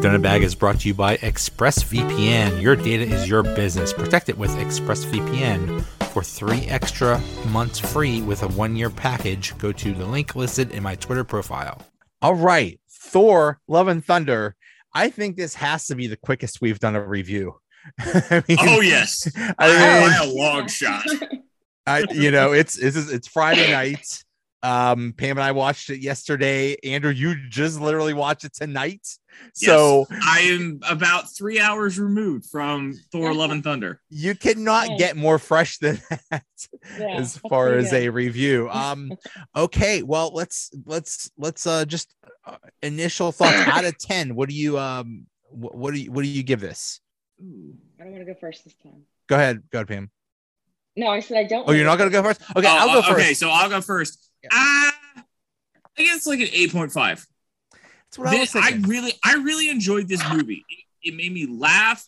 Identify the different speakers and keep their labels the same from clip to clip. Speaker 1: Donut Bag is brought to you by ExpressVPN. Your data is your business. Protect it with ExpressVPN. For three extra months free with a one year package, go to the link listed in my Twitter profile. All right, Thor, Love and Thunder. I think this has to be the quickest we've done a review. I mean,
Speaker 2: Oh yes,
Speaker 1: I
Speaker 2: by a long shot.
Speaker 1: I, you know, it's it's it's Friday night. Um, Pam and I watched it yesterday. Andrew, you just literally watched it tonight. So
Speaker 2: I am about three hours removed from Thor: Love and Thunder.
Speaker 1: you cannot
Speaker 3: Yes.
Speaker 1: get more fresh than that
Speaker 3: Yeah,
Speaker 1: as
Speaker 3: that's
Speaker 1: far
Speaker 3: pretty
Speaker 1: as
Speaker 3: good.
Speaker 1: a review. Um, okay, well, let's let's let's uh just uh, initial thoughts out of ten. What do you um wh- what do you what do you give this?
Speaker 3: I don't want to go first this time.
Speaker 1: Go ahead, go ahead, Pam.
Speaker 3: No, I said I don't.
Speaker 1: Oh, you're not gonna go first? Okay,
Speaker 2: Oh,
Speaker 1: I'll go first.
Speaker 2: Okay, so I'll go first.
Speaker 1: Yeah.
Speaker 2: Ah, I guess like an eight point five.
Speaker 1: That's what I was
Speaker 2: This- I,
Speaker 1: thinking.
Speaker 2: really, I really enjoyed this movie. It, it made me laugh,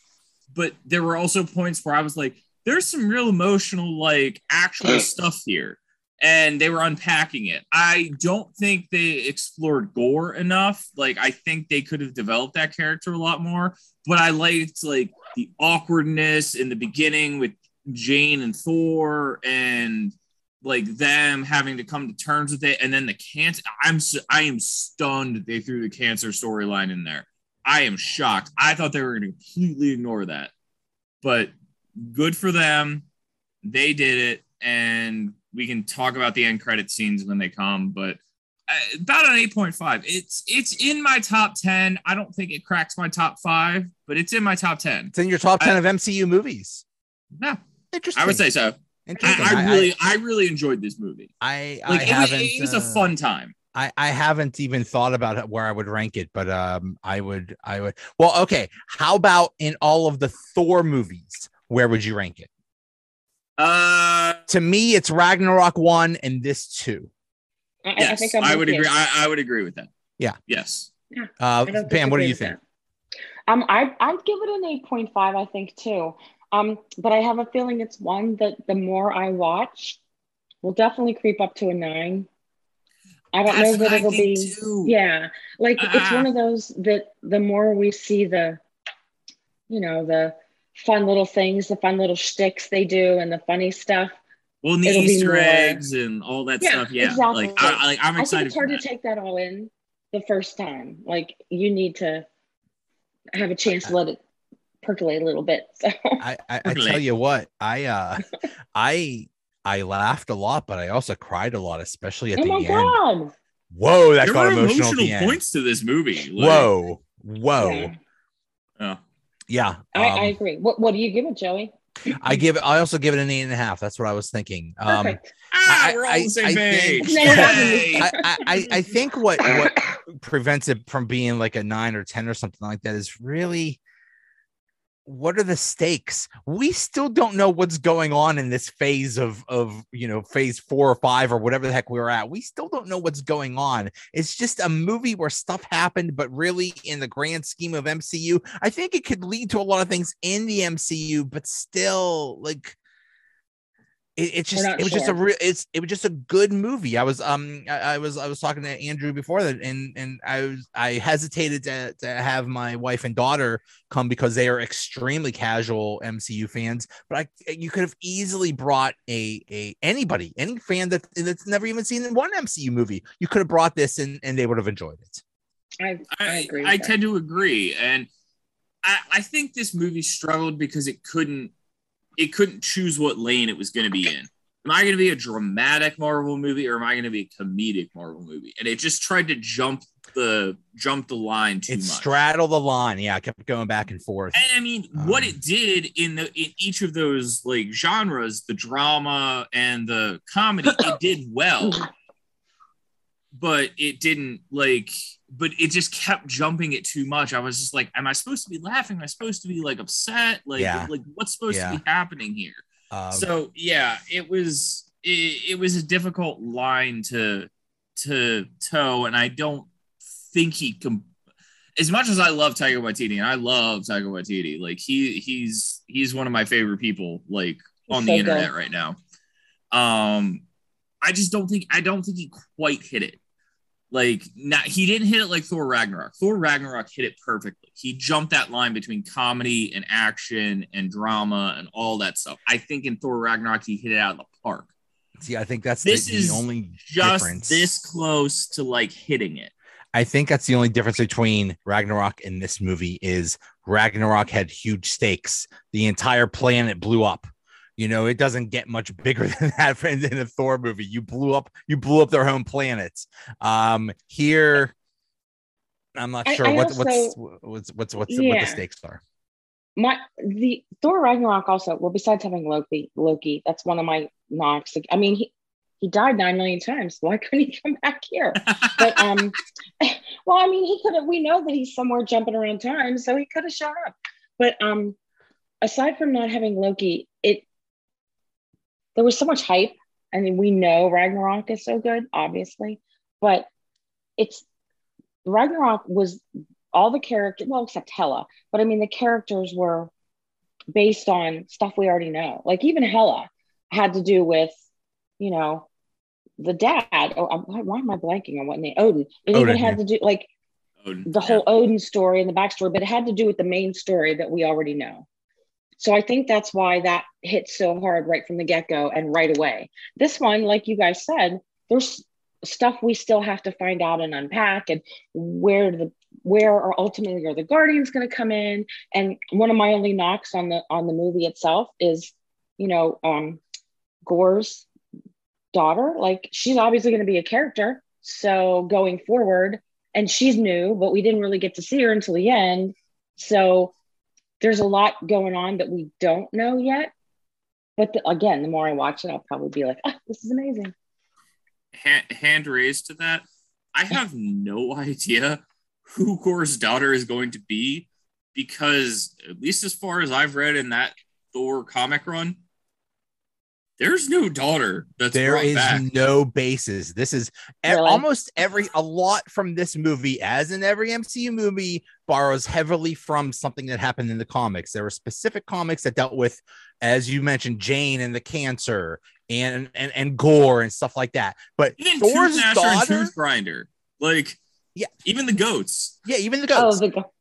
Speaker 2: but there were also points where I was like, "There's some real emotional, like actual stuff here," and they were unpacking it. I don't think they explored gore enough. Like, I think they could have developed that character a lot more. But I liked like the awkwardness in the beginning with Jane and Thor, and like them having to come to terms with it and then the cancer i'm s- i am stunned they threw the cancer storyline in there i am shocked i thought they were going to completely ignore that but good for them they did it and we can talk about the end credit scenes when they come but uh, about an 8.5 it's it's in my top 10 i don't think it cracks my top 5 but it's in my top 10
Speaker 1: it's in your top
Speaker 2: I-
Speaker 1: ten of MCU movies.
Speaker 2: yeah
Speaker 1: Interesting.
Speaker 2: i would say so
Speaker 1: Interesting.
Speaker 2: i, I really I, really enjoyed this movie
Speaker 1: I, I
Speaker 2: like it, was,
Speaker 1: haven't.
Speaker 2: it was
Speaker 1: uh,
Speaker 2: a fun time
Speaker 1: I, I haven't even thought about it, where I would rank it, but um, I would, I would. Well, okay. How about in all of the Thor movies? Where would you rank it?
Speaker 2: Uh,
Speaker 1: To me, it's Ragnarok one and this two.
Speaker 3: I, I- I
Speaker 2: yes,
Speaker 3: think
Speaker 2: I,
Speaker 3: I'm with
Speaker 2: would
Speaker 3: you.
Speaker 2: agree. I, I would agree with that.
Speaker 1: Yeah.
Speaker 2: Yes.
Speaker 1: Uh,
Speaker 3: I don't
Speaker 1: Pam, what do
Speaker 3: disagree
Speaker 1: you
Speaker 3: with
Speaker 1: think?
Speaker 3: that. Um, I I'd give it an eight point five. I think too. Um, but I have a feeling it's one that the more I watch, will definitely creep up to a nine. I don't know that it'll be. Yeah, like it's
Speaker 2: Ah.
Speaker 3: one of those that the more we see the, you know, the fun little things, the fun little shticks they do, and the funny stuff.
Speaker 2: Well, and the
Speaker 3: It'll be
Speaker 2: Easter
Speaker 3: more-
Speaker 2: eggs and all that
Speaker 3: Yeah,
Speaker 2: stuff. Yeah.
Speaker 3: exactly.
Speaker 2: Like, I, I- like I'm
Speaker 3: I think
Speaker 2: excited
Speaker 3: it's hard
Speaker 2: for
Speaker 3: to
Speaker 2: that.
Speaker 3: take that all in the first time. Like you need to have a chance to let it percolate a little bit. So
Speaker 1: I, I, I tell
Speaker 2: Really?
Speaker 1: you what, I, uh, I, I laughed a lot, but I also cried a lot, especially at
Speaker 3: oh
Speaker 1: the
Speaker 3: my
Speaker 1: end.
Speaker 3: god.
Speaker 1: Whoa, that
Speaker 2: there
Speaker 1: got
Speaker 2: were
Speaker 1: emotional.
Speaker 2: emotional,
Speaker 1: at the end.
Speaker 2: points to this movie. like-
Speaker 1: Whoa, whoa, yeah.
Speaker 3: Yeah.
Speaker 2: Oh.
Speaker 3: I, I
Speaker 1: um,
Speaker 3: agree. What what do you give it, Joey?
Speaker 1: I give. I also give it an eight and a half. That's what I was thinking. Um,
Speaker 3: Perfect.
Speaker 2: Ah,
Speaker 1: I-
Speaker 2: we're all
Speaker 1: I-
Speaker 2: on the same
Speaker 1: I
Speaker 2: page.
Speaker 1: think-
Speaker 2: Yay.
Speaker 1: I, I, I- I think what what prevents it from being like a nine or ten or something like that is really what are the stakes? We still don't know what's going on in this phase of of you know phase four or five or whatever the heck we were at. We still don't know what's going on. It's just a movie where stuff happened, but really in the grand scheme of MCU, I think it could lead to a lot of things in the MCU, but still like it, it just
Speaker 3: not
Speaker 1: it was just a
Speaker 3: sure.
Speaker 1: real it's it was just a good movie. I was um I, I was I was talking to Andrew before that and and I was I hesitated to, to have my wife and daughter come because they are extremely casual MCU fans. But I, you could have easily brought a a anybody, any fan that that's never even seen one MCU movie. You could have brought this and and they would have enjoyed it.
Speaker 3: I, I
Speaker 2: I,
Speaker 3: agree. With
Speaker 2: I
Speaker 3: that.
Speaker 2: tend to agree, and I, I think this movie struggled because it couldn't it couldn't choose what lane it was going to be in. Am I going to be a dramatic Marvel movie or am I going to be a comedic Marvel movie? And it just tried to jump the jump the line too
Speaker 1: It
Speaker 2: much.
Speaker 1: straddled the line. Yeah, I kept going back and forth.
Speaker 2: And I mean, what
Speaker 1: Um,
Speaker 2: it did in the in each of those like genres, the drama and the comedy, it did well. But it didn't like but it just kept jumping it too much. I was just like, am I supposed to be laughing? Am I supposed to be like upset? Like
Speaker 1: Yeah.
Speaker 2: like what's supposed
Speaker 1: Yeah.
Speaker 2: to be happening here?
Speaker 1: Um,
Speaker 2: so yeah, it was it, it was a difficult line to to toe, and I don't think he com- as much as I love Tiger Waititi, and I love Tiger Waititi, like he he's he's one of my favorite people like on the
Speaker 3: so
Speaker 2: internet
Speaker 3: good.
Speaker 2: right now. Um, I just don't think I don't think he quite hit it. Like not, he didn't hit it like Thor Ragnarok. Thor Ragnarok hit it perfectly. He jumped that line between comedy and action and drama and all that stuff. I think in Thor Ragnarok he hit it out of the park.
Speaker 1: See, I think that's
Speaker 2: This
Speaker 1: the, the
Speaker 2: is
Speaker 1: only
Speaker 2: Just
Speaker 1: difference.
Speaker 2: this close to like hitting it.
Speaker 1: I think that's the only difference between Ragnarok and this movie is Ragnarok had huge stakes. The entire planet blew up. You know, it doesn't get much bigger than that for- in a Thor movie. You blew up, you blew up their home planet. Um, here, I'm not
Speaker 3: I-
Speaker 1: sure
Speaker 3: I
Speaker 1: what what's
Speaker 3: also-
Speaker 1: what's what's what's what
Speaker 3: Yeah.
Speaker 1: the stakes are.
Speaker 3: my the Thor Ragnarok also well besides having Loki Loki that's one of my knocks I mean he he died nine million times why couldn't he come back here but um well I mean he could have we know that he's somewhere jumping around time so he could have shot up but um aside from not having Loki it there was so much hype I mean we know Ragnarok is so good obviously but it's Ragnarok was all the character well except Hela but I mean, the characters were based on stuff we already know. Like even Hella had to do with, you know, the dad. Oh, I'm, why, why am I blanking on what name? Odin. It
Speaker 1: Odin,
Speaker 3: even had to do like
Speaker 2: Odin.
Speaker 3: the whole Odin story and the backstory, but it had to do with the main story that we already know. So I think that's why that hit so hard right from the get go and right away. This one, like you guys said, there's stuff we still have to find out and unpack, and where the where are ultimately are the guardians going to come in? And one of my only knocks on the on the movie itself is, you know, um, Gore's daughter. Like she's obviously going to be a character, so going forward, and she's new, but we didn't really get to see her until the end. So there's a lot going on that we don't know yet. But the, again, the more I watch it, I'll probably be like, "Ah, this is amazing.
Speaker 2: hand, hand raised to that. I have no idea who Gore's daughter is going to be because, at least as far as I've read in that Thor comic run, there's no daughter that's
Speaker 1: There
Speaker 2: brought
Speaker 1: is
Speaker 2: back.
Speaker 1: no basis. This is e-
Speaker 3: Really?
Speaker 1: almost every a lot from this movie, as in every MCU movie, borrows heavily from something that happened in the comics. There were specific comics that dealt with, as you mentioned, Jane and the cancer and and and gore and stuff like that. But
Speaker 2: Even
Speaker 1: Thor's
Speaker 2: Tooth Gnasher and
Speaker 1: daughter,
Speaker 2: Tooth Grinder, like
Speaker 1: Yeah.
Speaker 2: even the goats.
Speaker 1: yeah, even the
Speaker 3: Oh,
Speaker 1: ghost.
Speaker 3: the, go-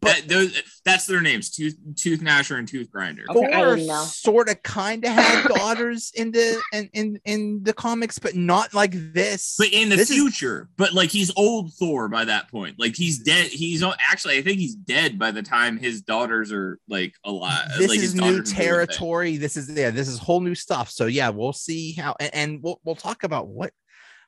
Speaker 1: But-
Speaker 2: that, those, that's their names, Tooth, Tooth Gnasher and Tooth Grinder.
Speaker 3: Oh, Okay, I
Speaker 1: Thor
Speaker 3: didn't know.
Speaker 1: sort of kind of had daughters in the in, in in the comics, but not like this.
Speaker 2: But in the
Speaker 1: This is-
Speaker 2: future, but like he's old Thor by that point. Like he's dead. He's o- actually, I think he's dead by the time his daughters are like alive.
Speaker 1: this
Speaker 2: Uh, like, his
Speaker 1: is new
Speaker 2: daughters are doing things.
Speaker 1: territory. This is yeah, this is whole new stuff. So yeah, we'll see how and, and we'll we'll talk about what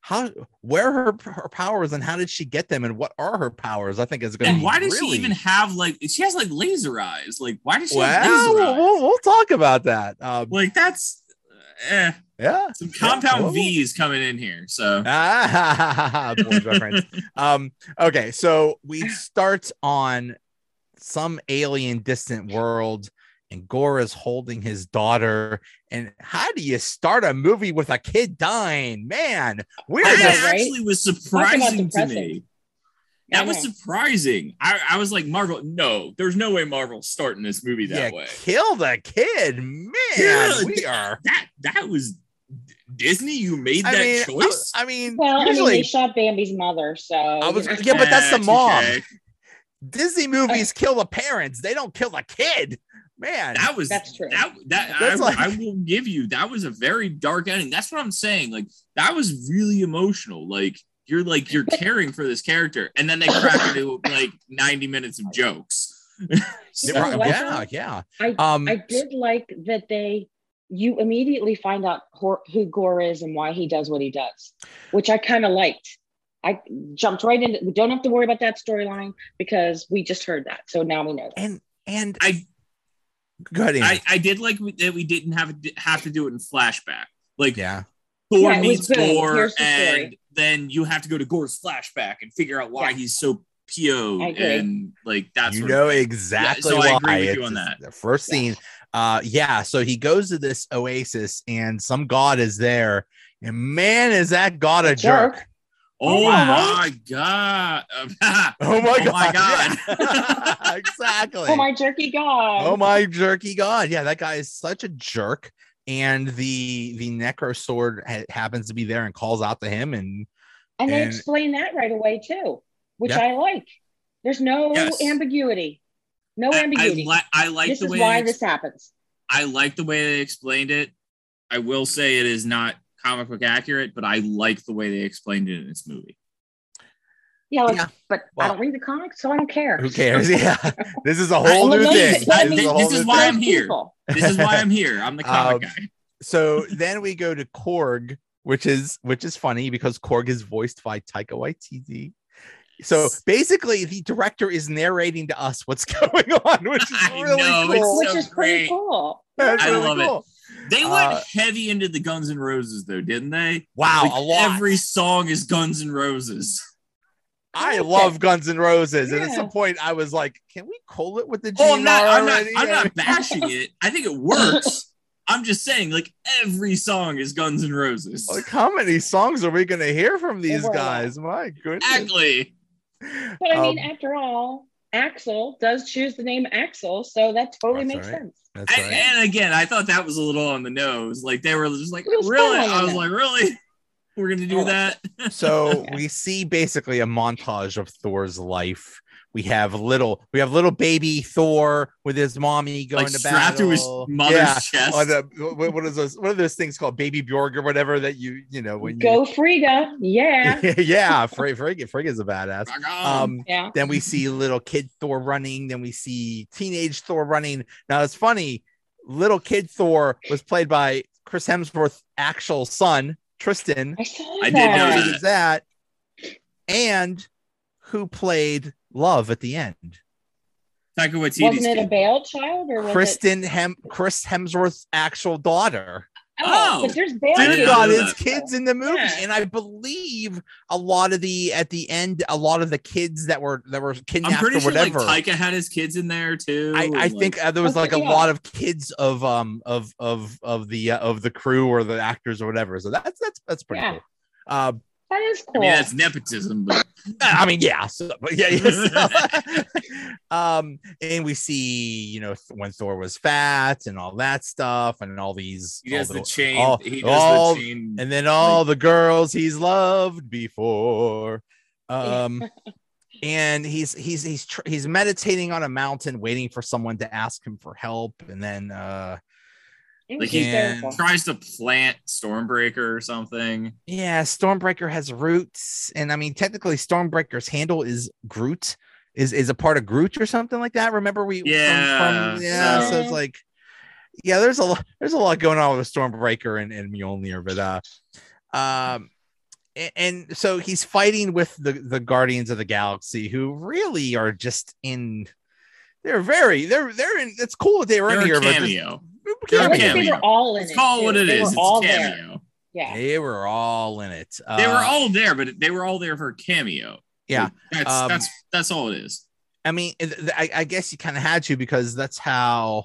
Speaker 1: how where her her powers and how did she get them and what are her powers? I think is going to
Speaker 2: And
Speaker 1: be
Speaker 2: why does
Speaker 1: really,
Speaker 2: she even have like? She has like laser eyes. Like why does she
Speaker 1: well,
Speaker 2: have laser
Speaker 1: we'll,
Speaker 2: eyes?
Speaker 1: we'll, we'll talk about that. Um,
Speaker 2: Like that's eh,
Speaker 1: yeah.
Speaker 2: some
Speaker 1: Yeah, well-
Speaker 2: compound V's coming in here. So
Speaker 1: Ah, boys reference. Um, okay, so we start on some alien distant world, and Gore is holding his daughter. And how do you start a movie with a kid dying? Man, weird.
Speaker 3: I know,
Speaker 2: that
Speaker 1: as-
Speaker 3: right?
Speaker 2: actually was
Speaker 3: about
Speaker 2: surprising to
Speaker 3: depressing. Uh-huh.
Speaker 2: me. That was
Speaker 3: know.
Speaker 2: surprising. I, I was like, Marvel, no, there's no way Marvel's starting this movie
Speaker 1: yeah,
Speaker 2: that way.
Speaker 1: kill the kid, man.
Speaker 2: Yeah,
Speaker 1: we are.
Speaker 2: that that was D- Disney. You made
Speaker 1: I
Speaker 2: that
Speaker 1: mean, I-
Speaker 2: choice.
Speaker 1: I, mean,
Speaker 3: well, I mean,
Speaker 1: usually
Speaker 3: they shot Bambi's mother, so
Speaker 1: I was-
Speaker 3: you know.
Speaker 1: yeah, but that's the
Speaker 2: Eh,
Speaker 1: mom.
Speaker 2: touche.
Speaker 1: Disney movies
Speaker 3: Uh,
Speaker 1: kill the parents; they don't kill the kid, man.
Speaker 2: That was
Speaker 3: That's true.
Speaker 2: That that I,
Speaker 1: That's like-
Speaker 2: I will give you. That was a very dark ending. That's what I'm saying. Like that was really emotional. Like you're like you're caring for this character, and then they crack into like 90 minutes of jokes. So-
Speaker 3: Yeah, right.
Speaker 1: yeah, yeah.
Speaker 3: I-
Speaker 1: um,
Speaker 3: I did like that they you immediately find out who, who Gore is and why he does what he does, which I kind of liked. I jumped right into. We don't have to worry about that storyline because we just heard that, so now we know. That.
Speaker 1: and and
Speaker 2: I
Speaker 1: go ahead. Ian.
Speaker 2: I, I did like we- that we didn't have have to do it in flashback. Like
Speaker 1: yeah.
Speaker 2: Thor
Speaker 3: Yeah, it was
Speaker 2: meets
Speaker 3: good.
Speaker 2: Gore,
Speaker 3: Here's the story.
Speaker 2: and then you have to go to Gore's flashback and figure out why
Speaker 3: Yeah.
Speaker 2: he's so PO'd
Speaker 3: I agree.
Speaker 2: and like that's
Speaker 1: you know exactly
Speaker 2: so I
Speaker 1: why.
Speaker 2: agree with you
Speaker 1: It's
Speaker 2: on that.
Speaker 1: The first
Speaker 3: Yeah.
Speaker 1: scene, uh, yeah. So he goes to this oasis, and some god is there, and man, is that god a, jerk.
Speaker 2: Oh
Speaker 1: Wow.
Speaker 2: my god!
Speaker 1: Oh my god!
Speaker 2: Oh my
Speaker 1: Yeah. exactly.
Speaker 3: Oh my jerky god!
Speaker 1: Oh my jerky god! Yeah, that guy is such a jerk. And the the necro sword ha- happens to be there and calls out to him, and
Speaker 3: And, they
Speaker 1: And-
Speaker 3: explain that right away too, which
Speaker 1: Yeah.
Speaker 3: I like. There's no
Speaker 2: Yes.
Speaker 3: ambiguity. No
Speaker 2: I, I,
Speaker 3: ambiguity.
Speaker 2: li- I like
Speaker 3: this
Speaker 2: the
Speaker 3: is
Speaker 2: way
Speaker 3: why
Speaker 2: they-
Speaker 3: this happens.
Speaker 2: I like the way they explained it. I will say it is not comic book accurate, but I like the way they explained it in this movie.
Speaker 3: Yeah, let's-
Speaker 1: Yeah.
Speaker 3: but I
Speaker 1: Well-
Speaker 3: don't read the comics, so I don't care.
Speaker 1: Who cares? Yeah, this is a whole
Speaker 3: I
Speaker 1: new
Speaker 3: love
Speaker 1: thing.
Speaker 3: it, but I
Speaker 1: This is
Speaker 3: mean,
Speaker 1: a whole
Speaker 2: this is
Speaker 1: new
Speaker 2: why
Speaker 1: thing.
Speaker 2: I'm
Speaker 3: Those
Speaker 2: here.
Speaker 3: people.
Speaker 2: This is why I'm here. I'm the comic
Speaker 1: Um,
Speaker 2: guy.
Speaker 1: So then we go to Korg, which is which is funny because Korg is voiced by Taika Waititi. So
Speaker 2: Yes.
Speaker 1: basically, the director is narrating to us what's going on, which is
Speaker 2: I
Speaker 1: really
Speaker 2: know, Oh, it's
Speaker 1: cool.
Speaker 3: Which
Speaker 2: so
Speaker 3: is pretty
Speaker 2: great.
Speaker 3: cool.
Speaker 1: That's
Speaker 2: I
Speaker 1: really
Speaker 2: love it.
Speaker 1: cool.
Speaker 2: They went
Speaker 1: uh,
Speaker 2: heavy into the Guns N' Roses, though, didn't they?
Speaker 1: Wow,
Speaker 2: Like,
Speaker 1: a lot.
Speaker 2: Every song is Guns N' Roses.
Speaker 1: I
Speaker 3: I like
Speaker 1: love
Speaker 3: it.
Speaker 1: Guns N' Roses, and at
Speaker 3: Yeah.
Speaker 1: some point, I was like, "Can we call it with the G
Speaker 2: Oh, I'm not. I'm not.
Speaker 1: already?"
Speaker 2: I'm not bashing it. I think it works. I'm just saying, like every song is Guns N' Roses.
Speaker 1: Like, how many songs are we going to hear
Speaker 2: Oh
Speaker 1: from these
Speaker 3: were a lot.
Speaker 1: guys? My goodness.
Speaker 2: Exactly.
Speaker 3: But I mean,
Speaker 1: Um,
Speaker 3: after all, Axel does choose the name Axel, so that totally
Speaker 1: That's
Speaker 3: makes
Speaker 1: all right.
Speaker 3: sense.
Speaker 1: that's
Speaker 2: And, and again, I thought that was a little on the nose. Like they were just like,
Speaker 3: It was
Speaker 2: really?
Speaker 3: kinda on the
Speaker 2: I was
Speaker 3: nose.
Speaker 2: like, really? We're gonna do
Speaker 3: I like
Speaker 2: that?
Speaker 1: Oh, so
Speaker 3: Yeah.
Speaker 1: we see basically a montage of Thor's life. We have little, we have little baby Thor with his mommy going
Speaker 2: like
Speaker 1: to
Speaker 2: strapped to his
Speaker 1: battle.
Speaker 2: mother's
Speaker 1: yeah.
Speaker 2: chest.
Speaker 1: On a, what, what is those? What are those things called? Baby Bjorg or whatever that you you know when you
Speaker 3: Go Frida. Yeah.
Speaker 1: yeah, Frigg, Frigg, Frigg is a badass.
Speaker 2: Rock on.
Speaker 1: Um,
Speaker 3: Yeah.
Speaker 1: then we see little kid Thor running. Then we see teenage Thor running. Now it's funny. Little kid Thor was played by Chris Hemsworth's actual son, Tristan.
Speaker 3: I saw
Speaker 2: I
Speaker 3: that.
Speaker 2: did know
Speaker 1: How
Speaker 2: Yeah.
Speaker 1: big is that? And who played Love at the end?
Speaker 2: Taika Waititi's
Speaker 3: Wasn't it a
Speaker 2: kid.
Speaker 3: bail child or was it?
Speaker 1: Kristen Hem Chris Hemsworth's actual daughter.
Speaker 3: Oh,
Speaker 2: Oh,
Speaker 3: but there's bail.
Speaker 2: didn't
Speaker 1: They've
Speaker 2: know
Speaker 1: got
Speaker 2: that.
Speaker 1: his kids in the movie,
Speaker 3: Yeah.
Speaker 1: and I believe a lot of the at the end, a lot of the kids that were that were
Speaker 2: I'm
Speaker 1: kidnapped
Speaker 2: pretty
Speaker 1: or
Speaker 2: sure like
Speaker 1: whatever.
Speaker 2: Taika had his kids in there too.
Speaker 1: I,
Speaker 2: and,
Speaker 1: I
Speaker 2: like,
Speaker 1: think uh, there was
Speaker 3: Okay,
Speaker 1: like a
Speaker 3: yeah.
Speaker 1: lot of kids of um of of of the uh, of the crew or the actors or whatever. So that's that's that's pretty
Speaker 3: Yeah.
Speaker 1: cool. Uh,
Speaker 3: That is
Speaker 2: I
Speaker 3: cool.
Speaker 2: mean that's nepotism, but
Speaker 1: I mean, yeah, so, but yeah, yeah, so- um, and we see, you know, th- when Thor was fat and all that stuff, and all these,
Speaker 2: he does
Speaker 1: all
Speaker 2: the
Speaker 1: the-
Speaker 2: chain.
Speaker 1: all-
Speaker 2: he does
Speaker 1: all-
Speaker 2: the chain.
Speaker 1: and then all the girls he's loved before. Um, and he's he's he's tr- he's meditating on a mountain, waiting for someone to ask him for help, and then uh,
Speaker 3: It
Speaker 2: like
Speaker 3: was
Speaker 2: he-
Speaker 3: hysterical.
Speaker 2: tries to plant Stormbreaker or something.
Speaker 1: Yeah, Stormbreaker has roots, and I mean, technically, Stormbreaker's handle is Groot, is is a part of Groot or something like that. Remember we? from-
Speaker 2: Yeah,
Speaker 1: from- yeah. So.
Speaker 3: so-
Speaker 1: it's like, yeah, there's a lot, there's a lot going on with Stormbreaker and and Mjolnir, but uh, um, a- and, so he's fighting with the the Guardians of the Galaxy, who really are just in. They're very they're they're in. It's cool that they were
Speaker 2: They're
Speaker 1: in
Speaker 2: a
Speaker 1: here, but just-
Speaker 2: cameo.
Speaker 3: I
Speaker 2: They're
Speaker 3: like that they
Speaker 2: cameo.
Speaker 3: were all in
Speaker 2: Let's
Speaker 3: it.
Speaker 2: call it
Speaker 3: too.
Speaker 2: what it
Speaker 3: They
Speaker 2: is.
Speaker 3: were
Speaker 2: It's
Speaker 3: all
Speaker 2: a
Speaker 3: there.
Speaker 2: cameo.
Speaker 3: Yeah.
Speaker 1: they were all in it.
Speaker 2: They were
Speaker 1: Uh,
Speaker 2: all there, but they were all there for a cameo.
Speaker 1: Yeah.
Speaker 2: Like, that's
Speaker 1: Um,
Speaker 2: that's that's all it is.
Speaker 1: I mean, th- th- I, I guess you kind of had to because that's how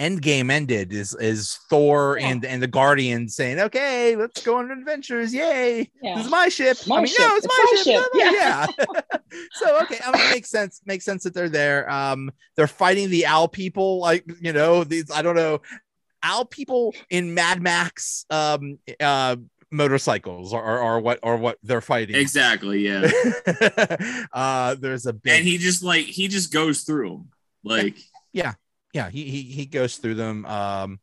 Speaker 1: Endgame ended. Is is Thor
Speaker 3: Yeah.
Speaker 1: and and the Guardians saying, "Okay, let's go on adventures! Yay!
Speaker 3: Yeah.
Speaker 1: This is my ship.
Speaker 3: My
Speaker 1: I mean,
Speaker 3: ship.
Speaker 1: no, it's, my, ship.
Speaker 3: Yeah.
Speaker 1: Yeah. so okay, I mean, it makes sense. Makes sense that they're there. Um, they're fighting the owl people. Like you know, these I don't know, owl people in Mad Max. Um, uh, motorcycles or or, or what or what they're fighting.
Speaker 2: Exactly. Yeah.
Speaker 1: uh, there's a big
Speaker 2: and he just like he just goes through them. Like
Speaker 1: yeah he he, he goes through them um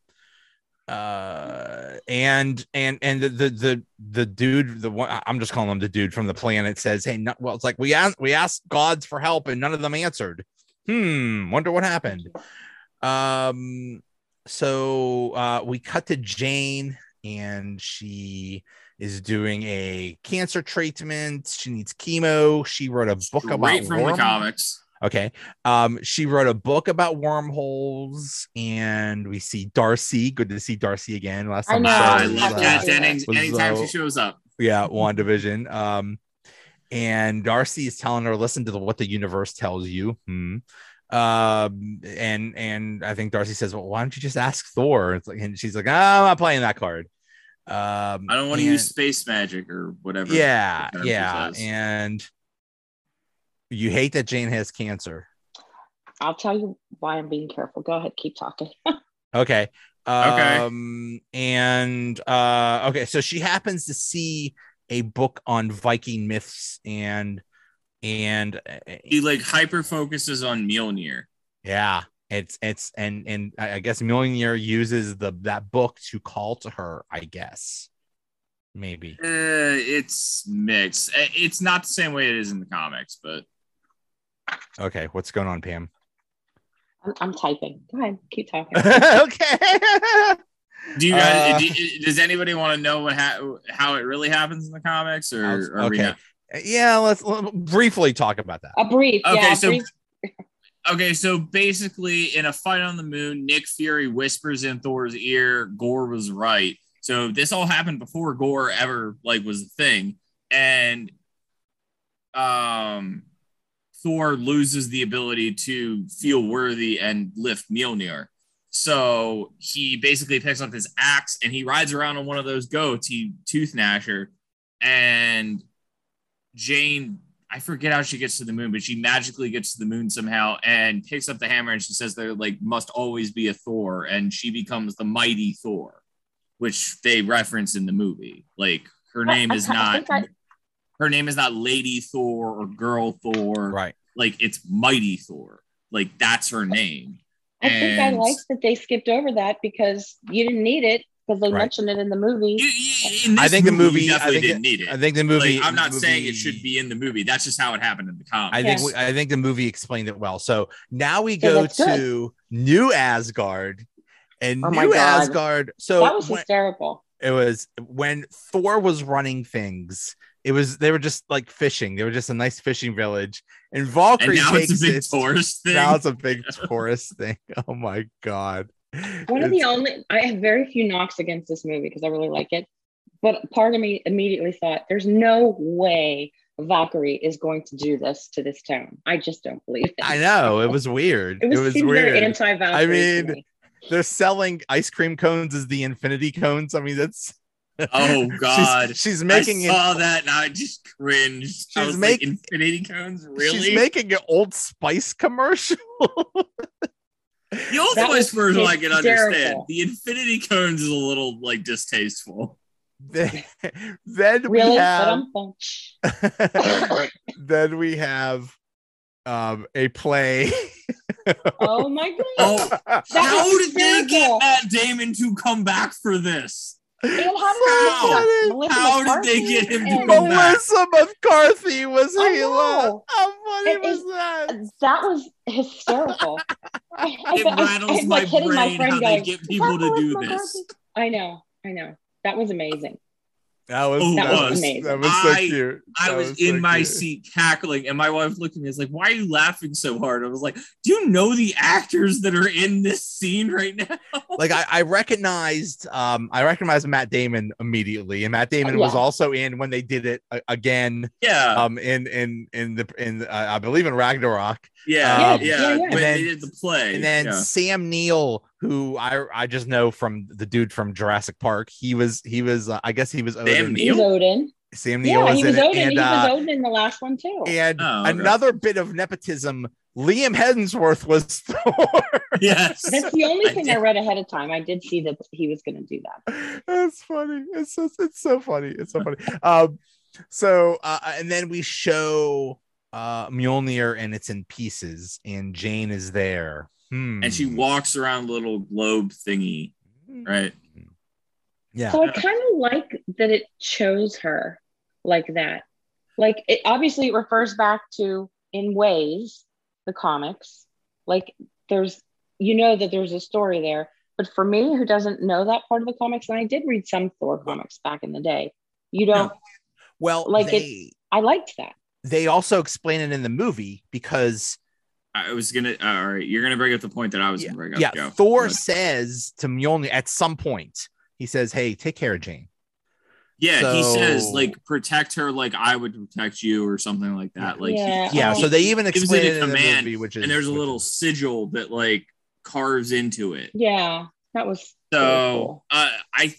Speaker 1: uh and and and the, the the the dude the one I- i'm just calling him the dude from the planet says hey no, well it's like we asked we asked gods for help and none of them answered hmm wonder what happened um so uh we cut to jane and she is doing a cancer treatment she needs chemo she wrote a book about
Speaker 2: right from the
Speaker 1: worm-
Speaker 2: comics.
Speaker 1: Okay. Um, she wrote a book about wormholes, and we see Darcy. Good to see Darcy again. Last time,
Speaker 3: I
Speaker 1: we
Speaker 3: know.
Speaker 1: saw
Speaker 2: I
Speaker 1: her
Speaker 3: Yeah.
Speaker 2: love
Speaker 1: was,
Speaker 2: Kat
Speaker 1: uh,
Speaker 2: Dennings.
Speaker 1: was,
Speaker 2: Anytime
Speaker 1: uh,
Speaker 2: she shows up,
Speaker 1: yeah, WandaVision. Um, and Darcy is telling her, listen to the, what the universe tells you. Hmm. Um, and and I think Darcy says, well, why don't you just ask Thor? It's like, and she's like, "Ah, I'm not playing that card. Um,
Speaker 2: I don't want to
Speaker 1: and-
Speaker 2: use space magic or whatever.
Speaker 1: Yeah,
Speaker 2: the term she
Speaker 1: yeah,
Speaker 2: says.
Speaker 1: and you hate that Jane has cancer.
Speaker 3: I'll tell you why I'm being careful. Go ahead, keep talking.
Speaker 1: Okay.
Speaker 2: Okay.
Speaker 1: Um, and uh, okay, so she happens to see a book on Viking myths and and uh,
Speaker 2: He like hyper focuses on Mjolnir.
Speaker 1: yeah, it's it's and and I I guess Millionaire uses the that book to call to her. I guess maybe.
Speaker 2: Uh, it's mixed. Uh, It's not the same way it is in the comics, but
Speaker 1: Okay, what's going on, Pam?
Speaker 3: I'm, I'm typing. Go ahead, keep talking.
Speaker 1: okay.
Speaker 2: do you guys?
Speaker 1: Uh,
Speaker 2: do- does anybody want to know what ha- how it really happens in the comics, or
Speaker 1: Sounds-
Speaker 2: are we
Speaker 1: okay.
Speaker 2: not-
Speaker 1: Uh, yeah, let's, let briefly talk about that.
Speaker 3: A brief.
Speaker 2: Okay,
Speaker 3: yeah, a
Speaker 2: so-
Speaker 3: brief.
Speaker 2: Okay, so basically, in a fight on the moon, Nick Fury whispers in Thor's ear, "Gore was right." So this all happened before Gore ever like was a thing, and um, Thor loses the ability to feel worthy and lift Mjolnir. So he basically picks up his axe and he rides around on one of those goats, he tooth gnasher, and Jane, I forget how she gets to the moon, but she magically gets to the moon somehow and picks up the hammer and she says there like must always be a Thor, and she becomes the mighty Thor, which they reference in the movie. Like her
Speaker 3: I-
Speaker 2: name
Speaker 3: I
Speaker 2: is
Speaker 3: ca- I
Speaker 2: not
Speaker 3: think I-
Speaker 2: her name is not Lady Thor or Girl Thor.
Speaker 1: Right.
Speaker 2: Like it's Mighty Thor. Like that's her name.
Speaker 3: I think I
Speaker 2: And-
Speaker 3: like that they skipped over that because you didn't need it because they
Speaker 1: Right.
Speaker 3: mentioned it in the movie.
Speaker 2: You- you- in
Speaker 1: I
Speaker 2: this
Speaker 1: think the movie-
Speaker 2: you
Speaker 1: I
Speaker 2: definitely
Speaker 1: think it-
Speaker 2: didn't need it.
Speaker 1: I think the movie.
Speaker 2: like, I'm not saying it
Speaker 1: movie-
Speaker 2: should be in the movie. That's just how it happened in the comics.
Speaker 1: I think
Speaker 3: Yes.
Speaker 1: we- I think the movie explained it well. So now we
Speaker 3: Yeah,
Speaker 1: go
Speaker 3: that's good.
Speaker 1: to New Asgard, and
Speaker 3: Oh my
Speaker 1: New
Speaker 3: God.
Speaker 1: Asgard. So
Speaker 3: that was
Speaker 1: when-
Speaker 3: hysterical.
Speaker 1: it was when Thor was running things. It was they were just like fishing. They were just a nice fishing village, and
Speaker 2: and
Speaker 1: Valkyrie
Speaker 2: now
Speaker 1: takes
Speaker 2: it's a big
Speaker 1: it-
Speaker 2: Taurus thing.
Speaker 1: Now it's a big Taurus thing. Oh my god!
Speaker 3: One of the
Speaker 1: It's-
Speaker 3: only I have very few knocks against this movie because I really like it. But part of me immediately thought there's no way Valkyrie is going to do this to this town. I just don't believe it.
Speaker 1: I know it was weird.
Speaker 3: It was, seemed
Speaker 1: weird.
Speaker 3: very anti-Valkyrie.
Speaker 1: I
Speaker 3: to
Speaker 1: mean,
Speaker 3: me.
Speaker 1: They're selling ice cream cones as the infinity cones. I mean, that's
Speaker 2: Oh
Speaker 1: She's-
Speaker 2: God.
Speaker 1: She's, making
Speaker 2: I
Speaker 1: it.
Speaker 2: saw that and I just cringed. I
Speaker 1: She's
Speaker 2: was
Speaker 1: make-
Speaker 2: like, infinity cones, really?
Speaker 1: She's making an Old Spice commercial.
Speaker 2: the old
Speaker 3: That
Speaker 2: voice
Speaker 3: was
Speaker 2: version I can understand.
Speaker 3: hysterical.
Speaker 2: The infinity cones is a little like distasteful.
Speaker 1: then then
Speaker 3: really?
Speaker 1: we
Speaker 3: But
Speaker 1: have
Speaker 3: I'm fine.
Speaker 1: then we have um a play.
Speaker 3: Oh my god.
Speaker 2: Oh,
Speaker 3: That
Speaker 2: how
Speaker 3: was
Speaker 2: did they get
Speaker 3: hysterical.
Speaker 2: Matt Damon to come back for this?
Speaker 3: And how did
Speaker 1: How?
Speaker 3: Melissa- Melissa
Speaker 2: How did they
Speaker 3: McCarthy
Speaker 2: get him to
Speaker 3: and-
Speaker 2: go back?
Speaker 1: Melissa McCarthy was
Speaker 3: I
Speaker 1: Hela.
Speaker 3: know.
Speaker 1: How funny
Speaker 3: It- it-
Speaker 1: was that?
Speaker 3: That was hysterical. I, I,
Speaker 2: It rattles
Speaker 3: I'm,
Speaker 2: my
Speaker 3: like, hitting
Speaker 2: brain
Speaker 3: friend
Speaker 2: how they
Speaker 3: going,
Speaker 2: get
Speaker 3: "Is
Speaker 2: people
Speaker 3: that
Speaker 2: to do
Speaker 3: Melissa
Speaker 2: this."
Speaker 3: McCarthy?" I know, I know. That was amazing.
Speaker 1: That was
Speaker 2: Oh,
Speaker 1: that,
Speaker 3: that was
Speaker 1: was,
Speaker 3: amazing.
Speaker 1: that was so
Speaker 2: I-
Speaker 1: cute.
Speaker 2: I
Speaker 1: That
Speaker 2: was,
Speaker 1: so
Speaker 2: in my
Speaker 1: cute.
Speaker 2: seat cackling, and my wife looked at me and was like, Why are you laughing so hard? I was like, Do you know the actors that are in this scene right now?
Speaker 1: Like I, I recognized, um, I recognized Matt Damon immediately, and Matt Damon was
Speaker 3: Yeah.
Speaker 1: also in when they did it a- again,
Speaker 2: Yeah.
Speaker 1: um, in in in the in uh, I believe in Ragnarok,
Speaker 2: Yeah,
Speaker 1: Um,
Speaker 2: yeah,
Speaker 3: yeah, yeah.
Speaker 2: When
Speaker 1: And then-
Speaker 2: they did the play,
Speaker 1: and then
Speaker 2: yeah.
Speaker 1: Sam Neill, who I I just know from the dude from Jurassic Park, he was he was uh, I guess he was Odin.
Speaker 2: Neill?
Speaker 3: He was Odin.
Speaker 1: Sam Neill
Speaker 3: Yeah,
Speaker 1: was
Speaker 3: he was
Speaker 1: in it,
Speaker 3: Odin.
Speaker 1: and
Speaker 3: he
Speaker 1: uh,
Speaker 3: was Odin in the last one too.
Speaker 1: and
Speaker 2: Oh, okay.
Speaker 1: another bit of nepotism. Liam Hemsworth was Thor. Hmm.
Speaker 2: yes,
Speaker 3: That's the only
Speaker 2: I
Speaker 3: thing I
Speaker 2: did-
Speaker 3: read ahead of time. I did see that he was going to do that.
Speaker 1: That's funny. It's so, it's so funny. It's so funny. Um, so uh, and then we show uh Mjolnir and it's in pieces, and Jane is there. Hmm.
Speaker 2: and she walks around a little globe thingy, right?
Speaker 1: Mm. Yeah.
Speaker 3: So I
Speaker 2: Yeah.
Speaker 3: kind of like that it chose her like that. Like it obviously it refers back to in ways the comics. Like there's you know that there's a story there. But for me, who doesn't know that part of the comics, and I did read some Thor comics back in the day, you don't.
Speaker 1: Well,
Speaker 3: Like it-
Speaker 1: they
Speaker 3: I liked that.
Speaker 1: they also explain it in the movie because
Speaker 2: I was gonna. uh, all right, you're gonna bring up the point that I was
Speaker 1: yeah,
Speaker 2: gonna bring up.
Speaker 1: yeah,
Speaker 2: Go.
Speaker 1: Thor
Speaker 2: But-
Speaker 1: says to Mjolnir at some point, he says, Hey, take care of Jane.
Speaker 2: yeah, he
Speaker 1: so-
Speaker 2: says like protect her, like I would protect you, or something like that. Like, he-
Speaker 3: Yeah.
Speaker 1: Yeah.
Speaker 3: Oh.
Speaker 1: so they even
Speaker 2: It was
Speaker 1: explain
Speaker 2: in
Speaker 1: it
Speaker 2: a
Speaker 1: in the
Speaker 2: command,
Speaker 1: movie, which is
Speaker 2: and there's a
Speaker 1: which
Speaker 2: little
Speaker 1: is-
Speaker 2: sigil that like carves into it.
Speaker 3: Yeah, that was really
Speaker 2: So
Speaker 3: cool.
Speaker 2: uh, I,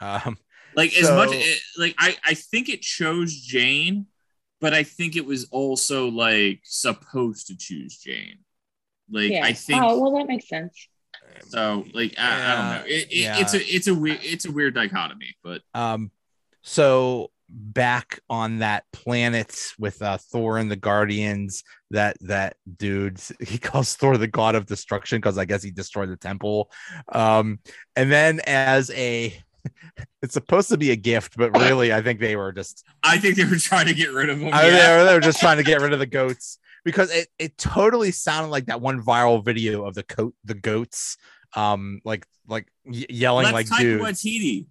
Speaker 2: I
Speaker 1: um
Speaker 2: like as much
Speaker 1: So-
Speaker 2: it, like I, I think it chose Jane, but I think it was also like supposed to choose Jane. Like
Speaker 3: yeah.
Speaker 2: I think
Speaker 3: Oh well, that makes sense.
Speaker 2: so. Like I, I don't know. It, it,
Speaker 1: Yeah.
Speaker 2: It's a it's a weird it's a weird dichotomy, but
Speaker 1: Um, So back on that planet with uh, Thor and the Guardians, that that dude he calls Thor the god of destruction because I guess he destroyed the temple. Um, and then as a it's supposed to be a gift, but really I think they were just
Speaker 2: I think they were trying to get rid of him.
Speaker 1: I-
Speaker 2: yeah.
Speaker 1: they, were, they were just trying to get rid of the goats because it, it totally sounded like that one viral video of the coat the goats um like like y- yelling
Speaker 2: That's
Speaker 1: like
Speaker 2: Taika
Speaker 1: dude.
Speaker 2: Waititi.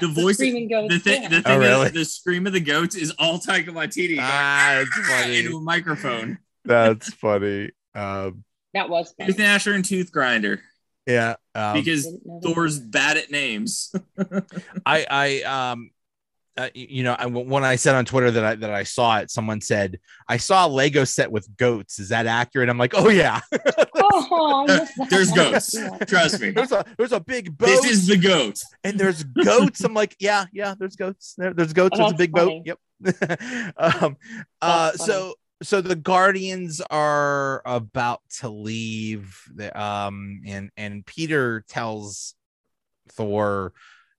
Speaker 2: The
Speaker 3: the,
Speaker 2: voice-
Speaker 3: screaming goes.
Speaker 2: The, thi-
Speaker 3: yeah.
Speaker 2: the thing
Speaker 1: Oh, really?
Speaker 2: is, the scream of the goats is all Taika Waititi going,
Speaker 1: Ah, it's
Speaker 2: "Ah,"
Speaker 1: funny.
Speaker 2: into a microphone.
Speaker 1: That's funny. Um,
Speaker 3: that was funny.
Speaker 2: Ethan Asher and Tooth Grinder
Speaker 1: yeah. Um,
Speaker 2: because
Speaker 3: Didn't know that.
Speaker 2: Thor's bad at names.
Speaker 1: I I um uh, y- you know I, when I said on Twitter that I that I saw it, someone said I saw a Lego set with goats. Is that accurate? I'm like, oh yeah.
Speaker 3: Oh, I missed that.
Speaker 2: There's goats. Trust me.
Speaker 1: There's a there's a big boat
Speaker 2: This is the goat.
Speaker 1: and there's goats. I'm like, yeah, yeah. There's goats. There, there's goats. there's
Speaker 3: Oh,
Speaker 1: a
Speaker 3: that's
Speaker 1: big
Speaker 3: funny.
Speaker 1: boat. Yep. um, uh,
Speaker 3: That's
Speaker 1: so so the guardians are about to leave. The, um, and and Peter tells Thor,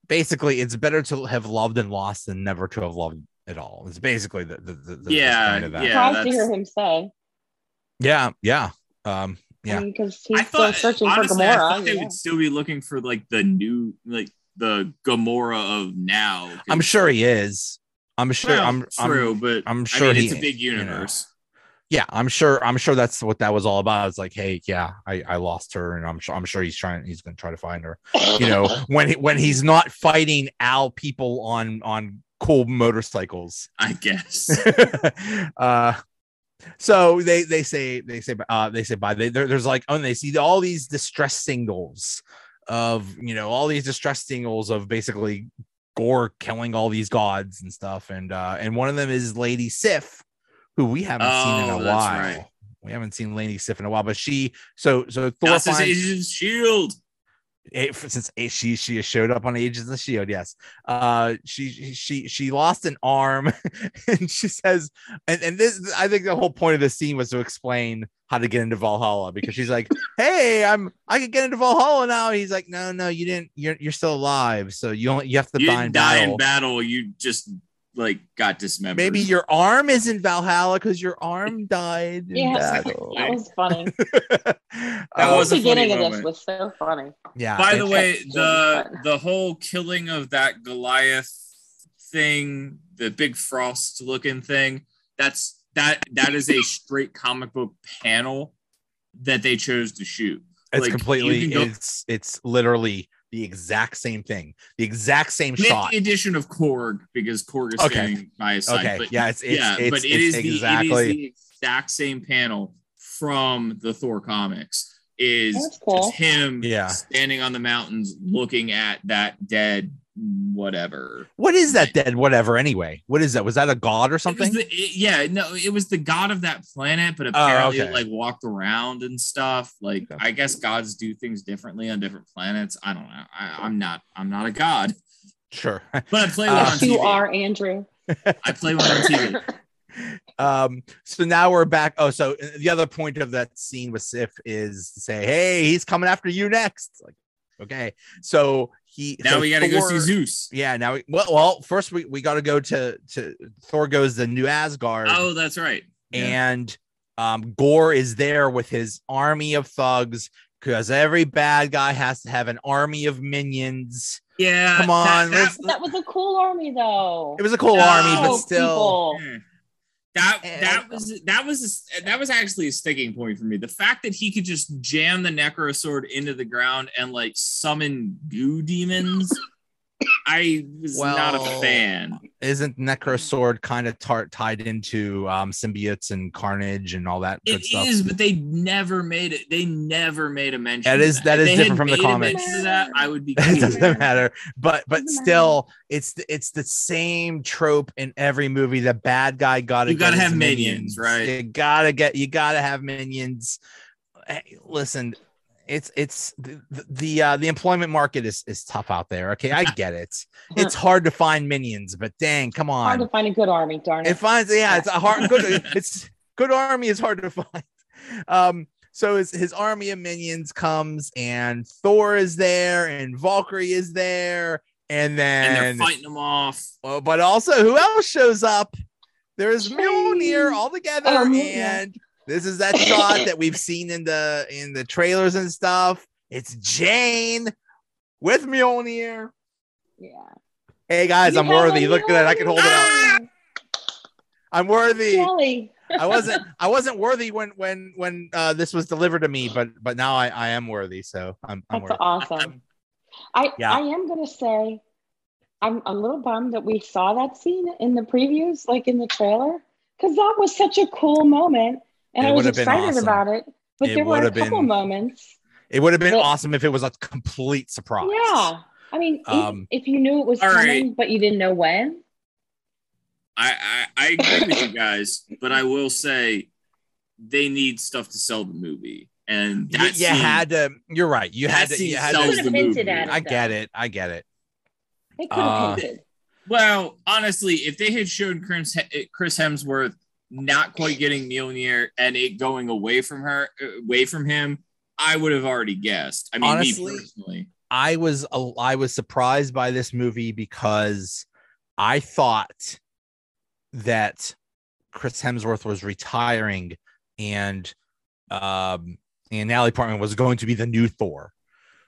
Speaker 1: basically, it's better to have loved and lost than never to have loved at all. It's basically the the, the, the
Speaker 2: Yeah,
Speaker 1: kind of that.
Speaker 2: yeah.
Speaker 3: Surprised to
Speaker 2: that's-
Speaker 3: hear him say.
Speaker 1: yeah, yeah. Um, Yeah.
Speaker 3: I mean, because he's
Speaker 2: I thought
Speaker 3: still searching
Speaker 2: honestly,
Speaker 3: for
Speaker 2: I
Speaker 3: Gamora.
Speaker 2: thought they
Speaker 3: yeah.
Speaker 2: would still be looking for like the new, like the Gamora of now. 'cause-
Speaker 1: I'm sure he is. I'm sure.
Speaker 2: Well,
Speaker 1: I'm I'm-
Speaker 2: true, but
Speaker 1: I'm
Speaker 2: I
Speaker 1: sure
Speaker 2: mean,
Speaker 1: he
Speaker 2: it's a
Speaker 1: is,
Speaker 2: big
Speaker 1: you know.
Speaker 2: universe.
Speaker 1: yeah i'm sure i'm sure that's what that was all about it's like hey yeah i i lost her and i'm sure i'm sure he's trying he's gonna try to find her you know when he, when he's not fighting al people on on cool motorcycles
Speaker 2: I guess.
Speaker 1: uh so they they say they say uh they say bye they, there- there's like oh and they see all these distress singles of you know all these distress singles of basically gore killing all these gods and stuff and uh and one of them is lady sif who we haven't seen in a
Speaker 2: Oh, that's
Speaker 1: while
Speaker 2: right.
Speaker 1: we haven't seen lady sif in a while but she so so thor
Speaker 2: That's his
Speaker 1: finds-
Speaker 2: Agents of Shield.
Speaker 1: it, since a- she she has showed up on Agents of the Shield. E Yes, uh, she she she lost an arm, and she says, and and this I think the whole point of this scene was to explain how to get into Valhalla because she's like, hey, I'm I can get into Valhalla now. He's like, no, no, you didn't. You're you're still alive, so you only you have to
Speaker 2: you
Speaker 1: die
Speaker 2: didn't
Speaker 1: in
Speaker 2: die
Speaker 1: battle.
Speaker 2: in battle. You just like got dismembered.
Speaker 1: Maybe your arm is in Valhalla because your arm died in
Speaker 3: Yeah.
Speaker 1: battle.
Speaker 3: That was funny.
Speaker 2: That
Speaker 1: Uh,
Speaker 2: was
Speaker 3: the
Speaker 2: a funny
Speaker 3: beginning of this
Speaker 2: moment.
Speaker 3: was so funny.
Speaker 1: yeah.
Speaker 2: By
Speaker 1: Uh, it-
Speaker 2: the
Speaker 3: it-
Speaker 2: way,
Speaker 3: That's
Speaker 2: the
Speaker 3: good.
Speaker 2: the whole killing of that Goliath thing, the big frost looking thing, that's that that is a straight comic book panel that they chose to shoot.
Speaker 1: It's
Speaker 2: Like, you
Speaker 1: completely
Speaker 2: can go-
Speaker 1: it's it's literally the exact same thing. The exact same
Speaker 2: With
Speaker 1: shot.
Speaker 2: the addition of Korg because Korg is
Speaker 1: Okay.
Speaker 2: standing by his side.
Speaker 1: Okay,
Speaker 2: But
Speaker 1: yeah, it's- it's-
Speaker 2: yeah,
Speaker 1: it's-
Speaker 2: but it
Speaker 1: it's
Speaker 2: is the
Speaker 1: exactly-
Speaker 2: it is the exact same panel from the Thor comics. Is
Speaker 3: That's cool.
Speaker 2: just him
Speaker 1: Yeah.
Speaker 2: standing on the mountains looking at that dead whatever.
Speaker 1: What is that dead whatever anyway? What is that? Was that a god or something? Oh,
Speaker 2: It was the, it- yeah, no, it was the god of that planet, but apparently
Speaker 1: okay.
Speaker 2: it like walked around and stuff. Like
Speaker 1: Okay.
Speaker 2: I guess gods do things differently on different planets. I don't know. I, I'm not. I'm not a god,
Speaker 1: sure.
Speaker 2: but I play one
Speaker 1: Uh,
Speaker 2: on
Speaker 3: Yes, you
Speaker 2: TV.
Speaker 3: are, Andrew.
Speaker 2: I play one on TV.
Speaker 1: um so now we're back oh so uh, the other point of that scene with sif is to say hey he's coming after you next like okay so he
Speaker 2: Now
Speaker 1: so
Speaker 2: we got to go
Speaker 1: Thor-
Speaker 2: see Zeus.
Speaker 1: yeah now we, well, well first we, we got to go to to thor goes to new asgard
Speaker 2: Oh, that's right.
Speaker 1: and um, Gore is there with his army of thugs because every bad guy has to have an army of minions.
Speaker 2: yeah,
Speaker 1: Come on,
Speaker 2: That, that,
Speaker 3: That was a cool army, though.
Speaker 1: It was a cool
Speaker 2: No,
Speaker 1: army, but
Speaker 3: Oh,
Speaker 1: still,
Speaker 3: people.
Speaker 2: mm. that,
Speaker 1: Eh,
Speaker 2: that was that was a, that was actually a sticking point for me. The fact that he could just jam the Necro sword into the ground and like summon goo demons, I was not
Speaker 1: Well,
Speaker 2: a fan.
Speaker 1: isn't Necro Sword kind of tar- tied into um, symbiotes and carnage and all that good
Speaker 2: It
Speaker 1: stuff?
Speaker 2: is, but they never made it. They never made a mention.
Speaker 1: That
Speaker 2: of
Speaker 1: is- that
Speaker 2: If
Speaker 1: is
Speaker 2: they
Speaker 1: different
Speaker 2: had
Speaker 1: from the
Speaker 2: made a
Speaker 1: comics.
Speaker 2: mention of That I would be.
Speaker 1: it
Speaker 2: cool.
Speaker 1: doesn't matter but but
Speaker 3: Doesn't matter.
Speaker 1: still it's the, it's the same trope in every movie the bad guy gotta
Speaker 2: You gotta
Speaker 1: get his
Speaker 2: have minions, right?
Speaker 1: you gotta get you gotta have minions Hey, listen it's it's the the, uh, the employment market is is tough out there okay i get it it's hard to find minions but dang come
Speaker 3: Hard to
Speaker 1: on
Speaker 3: find a good army, darn
Speaker 1: it
Speaker 3: it.
Speaker 1: finds yeah it's a hard good it's good army is hard to find um so his, his army of minions comes and thor is there and valkyrie is there And
Speaker 2: and
Speaker 1: then
Speaker 2: they're fighting them off.
Speaker 1: Well, but also, who else shows up? There is Mjolnir all together,
Speaker 3: Oh, Mjolnir.
Speaker 1: and this is that shot that we've seen in the in the trailers and stuff. It's Jane with Mjolnir.
Speaker 3: Yeah.
Speaker 1: Hey guys,
Speaker 3: You
Speaker 1: I'm
Speaker 3: have
Speaker 1: worthy.
Speaker 3: a
Speaker 1: Look at that, I can hold it up. I'm worthy.
Speaker 3: Jelly.
Speaker 1: I wasn't. I wasn't worthy when when when uh, this was delivered to me, but but now I I am worthy. So I'm I'm
Speaker 3: That's
Speaker 1: worthy.
Speaker 3: awesome. I
Speaker 1: Yeah.
Speaker 3: I am gonna say I'm a little bummed that we saw that scene in the previews, like in the trailer, because that was such a cool moment. And
Speaker 1: It
Speaker 3: I was
Speaker 1: would've been
Speaker 3: excited
Speaker 1: awesome.
Speaker 3: about it. But
Speaker 1: It
Speaker 3: there were a
Speaker 1: would've
Speaker 3: couple
Speaker 1: been-
Speaker 3: moments.
Speaker 1: It would have been
Speaker 3: But-
Speaker 1: awesome if it was a complete surprise.
Speaker 3: Yeah. I mean, e-
Speaker 1: Um,
Speaker 3: if you knew it was
Speaker 2: all right.
Speaker 3: coming, but you didn't know when.
Speaker 2: I, I I agree with you guys, but I will say they need stuff to sell the movie, and
Speaker 1: You,
Speaker 2: that
Speaker 1: you
Speaker 2: scene-
Speaker 1: had to. You're right. You had
Speaker 2: that
Speaker 1: to.
Speaker 2: scene
Speaker 1: You had
Speaker 2: sells
Speaker 1: to.
Speaker 3: Could've
Speaker 2: the
Speaker 3: hinted
Speaker 2: movie.
Speaker 3: at it.
Speaker 1: I get it. I get it.
Speaker 3: They could have
Speaker 1: Uh,
Speaker 3: hinted.
Speaker 2: Well, honestly, if they had shown Chris Chris Hemsworth not quite getting Mjolnir and it going away from her, away from him, I would have already guessed. I mean,
Speaker 1: Honestly,
Speaker 2: me personally.
Speaker 1: I was a- I was surprised by this movie because I thought that Chris Hemsworth was retiring and um and Natalie Portman was going to be the new Thor.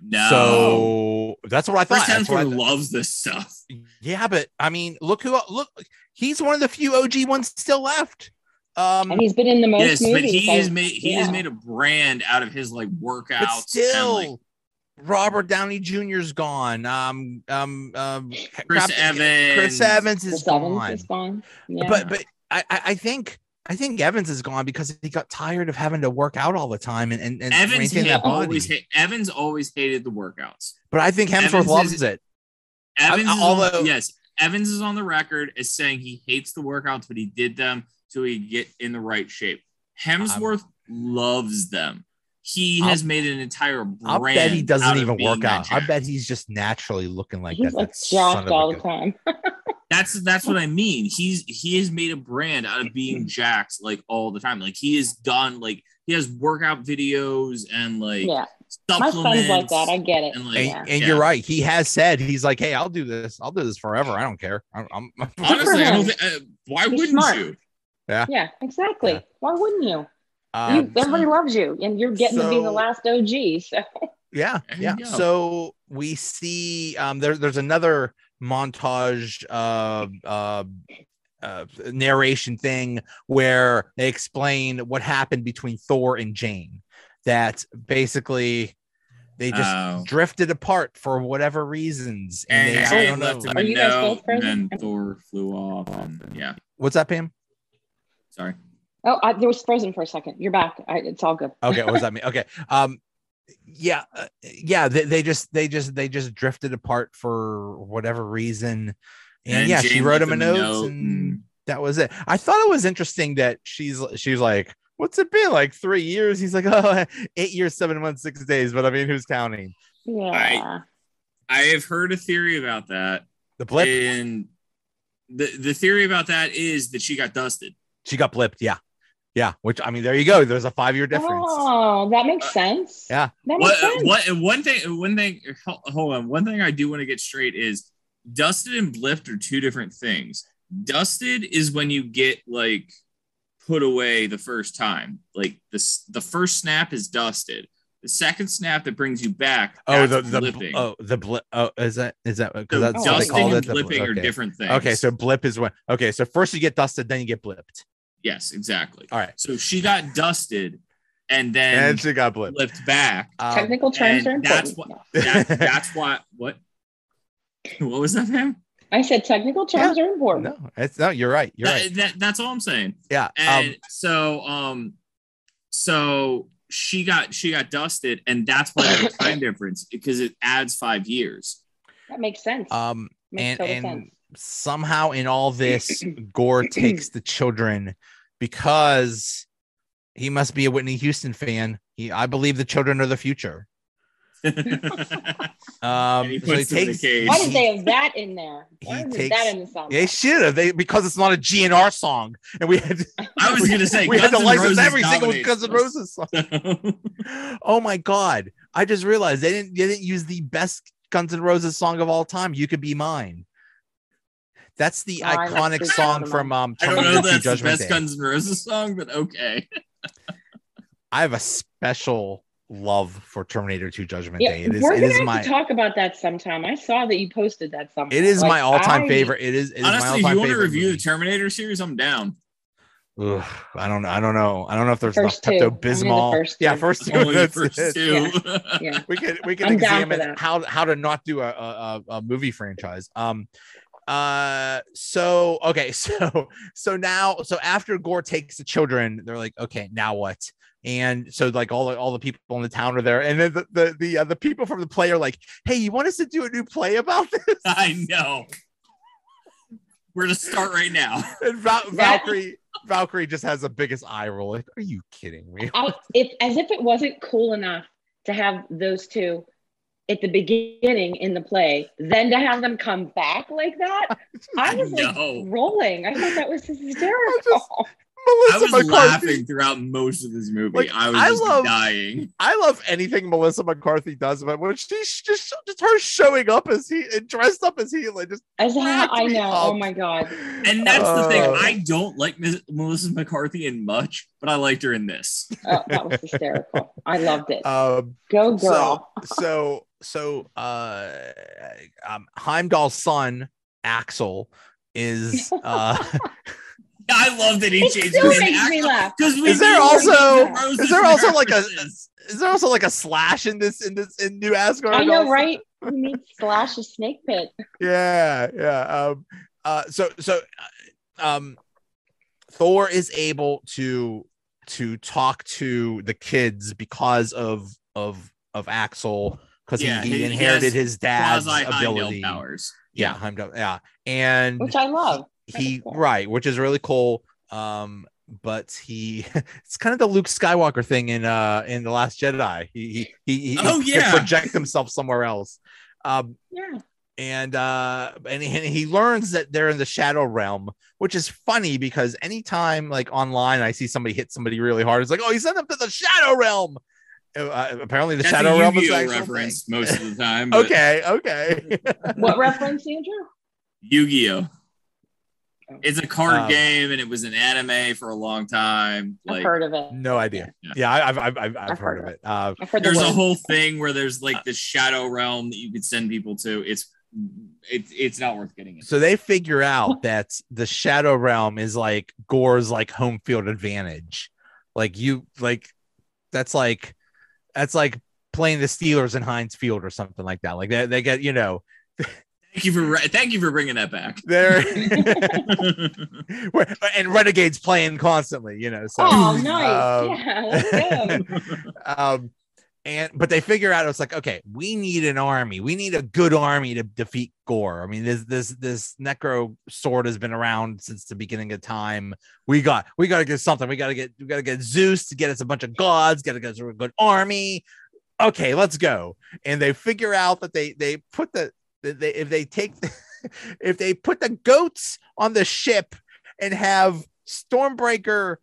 Speaker 2: No.
Speaker 1: So that's what I thought.
Speaker 2: Chris
Speaker 1: That's what I
Speaker 2: Hemsworth
Speaker 1: th-
Speaker 2: loves this stuff.
Speaker 1: yeah, but I mean, look who look he's one of the few OG ones still left. Um
Speaker 3: And he's been in the most
Speaker 2: yes,
Speaker 3: movies.
Speaker 2: but he
Speaker 3: I-
Speaker 2: has made he has
Speaker 3: yeah.
Speaker 2: made a brand out of his like workouts.
Speaker 1: but still
Speaker 2: and, like,
Speaker 1: Robert Downey Jr.'s gone. Um, um, um,
Speaker 2: Chris
Speaker 1: Crap-
Speaker 2: Evans.
Speaker 1: Chris Evans
Speaker 3: Chris
Speaker 1: is
Speaker 3: Evans
Speaker 1: gone.
Speaker 3: is gone. Yeah.
Speaker 1: But but I I I think I think Evans is gone because he got tired of having to work out all the time and and, and
Speaker 2: Evans
Speaker 1: maintain
Speaker 2: ha-
Speaker 1: that body.
Speaker 2: always ha- Evans always hated the workouts.
Speaker 1: but I think Hemsworth
Speaker 2: Evans
Speaker 1: loves
Speaker 2: is-
Speaker 1: it.
Speaker 2: Evans,
Speaker 1: I-
Speaker 2: is
Speaker 1: although-
Speaker 2: on, yes, Evans is on the record as saying he hates the workouts, but he did them so he could get in the right shape. Hemsworth loves them. He
Speaker 1: I'll-
Speaker 2: has made an entire
Speaker 1: I
Speaker 2: brand.
Speaker 1: bet he
Speaker 2: out
Speaker 1: doesn't
Speaker 2: of
Speaker 1: even
Speaker 2: being
Speaker 1: work
Speaker 2: that
Speaker 1: out. I
Speaker 2: jacked.
Speaker 1: bet he's just naturally looking like
Speaker 3: he's
Speaker 1: that.
Speaker 3: like
Speaker 1: that son
Speaker 3: jacked
Speaker 1: of a
Speaker 3: all the
Speaker 1: gun.
Speaker 3: time.
Speaker 2: that's that's what I mean. He's he has made a brand out of being jacked like all the time. Like he has done like he has workout videos and like
Speaker 3: yeah. My
Speaker 2: supplements.
Speaker 3: son's like that. I get it.
Speaker 2: and like
Speaker 1: And,
Speaker 3: Yeah.
Speaker 1: and
Speaker 2: Yeah.
Speaker 1: you're right. He has said he's like, "Hey, I'll do this. I'll do this forever. I don't care. I'm, I'm
Speaker 2: honestly, I
Speaker 3: him.
Speaker 2: don't think, uh, why
Speaker 3: He's
Speaker 2: wouldn't
Speaker 3: smart.
Speaker 2: you?
Speaker 3: yeah, exactly.
Speaker 1: Yeah.
Speaker 3: Why wouldn't you?
Speaker 1: um,
Speaker 3: You everybody loves you, and you're getting to be
Speaker 1: so-
Speaker 3: the last OG. So
Speaker 1: Yeah,
Speaker 2: There you
Speaker 1: yeah.
Speaker 2: go.
Speaker 1: So we see um, there, there's another montage uh, uh, uh, narration thing where they explain what happened between Thor and Jane. That basically they just
Speaker 2: Oh.
Speaker 1: drifted apart for whatever reasons.
Speaker 2: And
Speaker 1: they- I
Speaker 2: Jane
Speaker 1: don't know.
Speaker 2: left him
Speaker 3: Are
Speaker 2: a
Speaker 3: you guys
Speaker 2: note,
Speaker 3: both
Speaker 2: and
Speaker 3: frozen?
Speaker 2: then Thor flew off. And, yeah,
Speaker 1: What's that, Pam?
Speaker 2: sorry.
Speaker 3: oh, I, there was frozen for a second. You're back. I, it's all good.
Speaker 1: Okay, what's that mean? Okay, um, yeah, uh, yeah. They, they just they just they just drifted apart for whatever reason. And, yeah, she
Speaker 2: Jane
Speaker 1: wrote
Speaker 2: left
Speaker 1: him a note. and- that was it. I thought it was interesting that she's she's like, what's it been like three years? He's like, oh, eight years, seven months, six days. But I mean, who's counting?
Speaker 3: Yeah.
Speaker 2: I have heard a theory about that,
Speaker 1: The blip.
Speaker 2: and the the theory about that is that she got dusted.
Speaker 1: she got blipped. Yeah, yeah. Which I mean, there you go. There's a five year difference.
Speaker 3: Oh, that makes sense.
Speaker 1: Yeah.
Speaker 3: That makes
Speaker 2: Uh, What uh,
Speaker 3: sense.
Speaker 2: what and one thing one thing hol- hold on one thing I do want to get straight is dusted and blipped are two different things. Dusted is when you get like put away the first time, like the s- the first snap is dusted. The second snap that brings you back.
Speaker 1: Oh, the
Speaker 2: that's
Speaker 1: the
Speaker 2: blipping.
Speaker 1: oh the blip. Oh, is that is that because
Speaker 2: So
Speaker 1: that's what they
Speaker 2: dusting
Speaker 1: call
Speaker 2: and
Speaker 1: it? The blip.
Speaker 2: blipping are
Speaker 1: okay.
Speaker 2: different things.
Speaker 1: Okay, so blip is when. Okay, so first you get dusted, then you get blipped.
Speaker 2: yes, exactly.
Speaker 1: All right,
Speaker 2: So she got dusted and then
Speaker 1: and, she got blipped.
Speaker 2: flipped back.
Speaker 1: Um,
Speaker 3: Technical terms are
Speaker 2: and
Speaker 3: important.
Speaker 2: that's That, that's why what what was that, Pam?
Speaker 3: I said technical terms are important.
Speaker 1: no, it's no. You're right. You're
Speaker 2: That-
Speaker 1: right. Um,
Speaker 2: that- that's all I'm saying.
Speaker 1: Yeah.
Speaker 2: And so um so she got she got dusted, and that's why there's a time difference because it adds five years.
Speaker 3: That makes sense.
Speaker 1: Um. um
Speaker 3: makes
Speaker 1: and-
Speaker 3: total
Speaker 1: and-
Speaker 3: sense.
Speaker 1: somehow in all this, Gore takes the children because he must be a Whitney Houston fan. He, I believe the children are the future.
Speaker 2: and
Speaker 1: Um, so he
Speaker 2: he puts them in the
Speaker 1: takes.
Speaker 2: cage.
Speaker 3: Why did they have that in there?
Speaker 1: He
Speaker 3: Why did
Speaker 1: takes-
Speaker 3: that in the song?
Speaker 1: They should have they because it's not a GNR song, and we had
Speaker 2: I was gonna say
Speaker 1: we had to
Speaker 2: Guns N'
Speaker 1: license
Speaker 2: Roses
Speaker 1: every single
Speaker 2: dominates
Speaker 1: Guns N'
Speaker 2: this.
Speaker 1: Roses song. Oh my god! I just realized they didn't they didn't use the best Guns N' Roses song of all time, "You Could Be Mine." That's the
Speaker 3: No, Oh, I like
Speaker 1: iconic
Speaker 3: Sweet
Speaker 1: song
Speaker 3: Child of
Speaker 1: from um,
Speaker 2: I don't
Speaker 1: Terminator
Speaker 2: know if
Speaker 1: 2
Speaker 2: that's the
Speaker 1: Judgment
Speaker 2: best
Speaker 1: Day.
Speaker 2: Guns N' Roses song, but okay.
Speaker 1: I have a special love for Terminator 2 Judgment Day.
Speaker 3: Yeah,
Speaker 1: It is,
Speaker 3: we're
Speaker 1: it
Speaker 3: gonna
Speaker 1: is
Speaker 3: have
Speaker 1: my
Speaker 3: to talk about that sometime. I saw that you posted that somewhere.
Speaker 1: it is
Speaker 3: Like,
Speaker 1: my all-time
Speaker 3: I-
Speaker 1: favorite. It is, it is my
Speaker 2: Honestly, if
Speaker 1: all-time
Speaker 2: you want to
Speaker 1: favorite
Speaker 2: review
Speaker 1: movie.
Speaker 2: the Terminator series, I'm down.
Speaker 1: Ugh, I don't I don't know. I don't know if there's
Speaker 3: First two.
Speaker 1: enough Pepto
Speaker 3: Only the
Speaker 1: Bismol.
Speaker 3: first two.
Speaker 1: Yeah, first two.
Speaker 2: Only the
Speaker 1: that's
Speaker 2: first
Speaker 1: it.
Speaker 2: two.
Speaker 3: Yeah.
Speaker 1: We could we could
Speaker 3: I'm down for
Speaker 1: examine
Speaker 3: that.
Speaker 1: how how to not do a, a, a- a movie franchise. Um uh so okay, so so now so after Gore takes the children, they're like, okay, now what? And so like all the all the people in the town are there, and then the the the, uh, the people from the play are like, hey, you want us to do a new play about this?
Speaker 2: I know. We're gonna start right now.
Speaker 1: And Val-
Speaker 3: That-
Speaker 1: Valkyrie Valkyrie just has the biggest eye roll. Like, are you kidding me?
Speaker 3: I, if as if it wasn't cool enough to have those two at the beginning in the play, then to have them come back like that, I was like
Speaker 2: No.
Speaker 3: rolling. I thought that was hysterical.
Speaker 1: Melissa
Speaker 2: I was
Speaker 1: McCarthy.
Speaker 2: laughing throughout most of this movie.
Speaker 1: Like,
Speaker 2: I was
Speaker 1: I
Speaker 2: just
Speaker 1: love-
Speaker 2: dying.
Speaker 1: I love anything Melissa McCarthy does, but when she's just just her showing up as he and dressed up as he like just
Speaker 3: As how
Speaker 1: cracked
Speaker 3: I
Speaker 1: me
Speaker 3: know. Oh
Speaker 1: up.
Speaker 3: my god.
Speaker 2: And that's the thing.
Speaker 1: Uh,
Speaker 2: I don't like Ms. Melissa McCarthy in much, but I liked her in this.
Speaker 3: Oh, that was hysterical. I loved it.
Speaker 1: um
Speaker 3: Go girl.
Speaker 1: so so uh um Heimdall's son Axel is uh
Speaker 2: I love that he
Speaker 3: It
Speaker 2: changed
Speaker 3: still
Speaker 2: his
Speaker 3: makes me laugh.
Speaker 2: Because we
Speaker 1: Is there
Speaker 2: knew where
Speaker 1: also-
Speaker 2: Guns N' Roses
Speaker 1: is there also like a-
Speaker 2: references.
Speaker 1: is there also like a slash in this in this in New Asgard?
Speaker 3: I know,
Speaker 1: also?
Speaker 3: right? We need slash a snake pit.
Speaker 1: yeah yeah um uh so so uh, um thor is able to to talk to the kids because of of of axel because
Speaker 2: Yeah,
Speaker 1: he,
Speaker 2: he-
Speaker 1: he
Speaker 2: he
Speaker 1: inherited
Speaker 2: has
Speaker 1: his dad's
Speaker 2: Quasi Heimdall
Speaker 1: ability
Speaker 2: powers.
Speaker 1: yeah Heimdall, yeah and
Speaker 3: which I love. That
Speaker 1: he
Speaker 3: is cool.
Speaker 1: right which is really cool um but he it's kind of the luke skywalker thing in uh in the last jedi he he he, he
Speaker 2: Oh,
Speaker 1: could
Speaker 2: yeah.
Speaker 1: project himself somewhere else um
Speaker 3: Yeah.
Speaker 1: and uh and he, and he learns that they're in the shadow realm which is funny because anytime like online i see somebody hit somebody really hard it's like oh he sent them to the shadow realm Uh, uh, apparently the
Speaker 2: That's
Speaker 1: shadow
Speaker 2: a
Speaker 1: realm is
Speaker 2: Yu-Gi-Oh
Speaker 1: actually
Speaker 2: reference most of the time. but
Speaker 1: okay okay
Speaker 3: What reference, Andrew?
Speaker 2: Yu-Gi-Oh. It's a card
Speaker 1: Um,
Speaker 2: game, and it was an anime for a long time.
Speaker 3: I've
Speaker 2: Like
Speaker 3: heard of it.
Speaker 1: no idea
Speaker 2: Yeah.
Speaker 1: yeah, I, I've, I've i've i've heard of it uh
Speaker 3: I've heard the
Speaker 2: there's a
Speaker 3: word.
Speaker 2: whole thing where there's like the shadow realm that you could send people to. It's it's it's not worth getting into.
Speaker 1: so they figure out that the shadow realm is like gore's like home field advantage like you like that's like that's like playing the steelers in heinz field or something like that like they, they get you know
Speaker 2: Thank you for re- thank you for bringing that back.
Speaker 1: They're and Renegades playing constantly, you know. So,
Speaker 3: Oh, nice.
Speaker 1: um,
Speaker 3: yeah, that's good.
Speaker 1: um, and but they figure out it's like, okay, we need an army. We need a good army to defeat Gore. I mean, this this this Necro sword has been around since the beginning of time. We got we got to get something. We got to get we got to get Zeus to get us a bunch of gods. Got to get us a good army. Okay, let's go. And they figure out that they they put the that they if they take if they put the goats on the ship and have Stormbreaker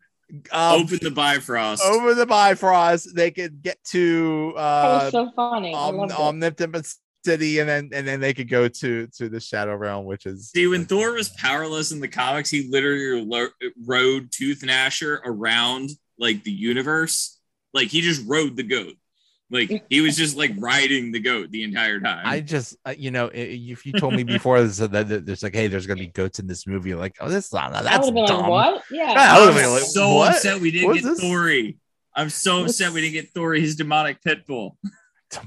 Speaker 1: um,
Speaker 2: Open the Bifrost.
Speaker 1: over the Bifrost, they could get to
Speaker 3: That was
Speaker 1: uh,
Speaker 3: so funny. I
Speaker 1: Om-
Speaker 3: loved it.
Speaker 1: Omnipotence City, and then and then they could go to to the Shadow Realm, which is
Speaker 2: See, when Thor was powerless in the comics, he literally lo- rode Tooth Gnasher around like the universe. Like he just rode the goat. Like he was just like riding the goat the entire time.
Speaker 1: I just uh, you know i- if you told me before this, that that there's like hey there's gonna be goats in this movie like oh this not
Speaker 3: I would
Speaker 1: that's
Speaker 3: have been
Speaker 1: dumb
Speaker 3: like, what? Yeah.
Speaker 1: Yeah, I
Speaker 2: I'm
Speaker 1: would've been like,
Speaker 2: so
Speaker 1: what?
Speaker 2: upset we didn't
Speaker 1: What's
Speaker 2: get
Speaker 1: this?
Speaker 2: Thory. I'm so upset we didn't get Thory, his demonic pit bull.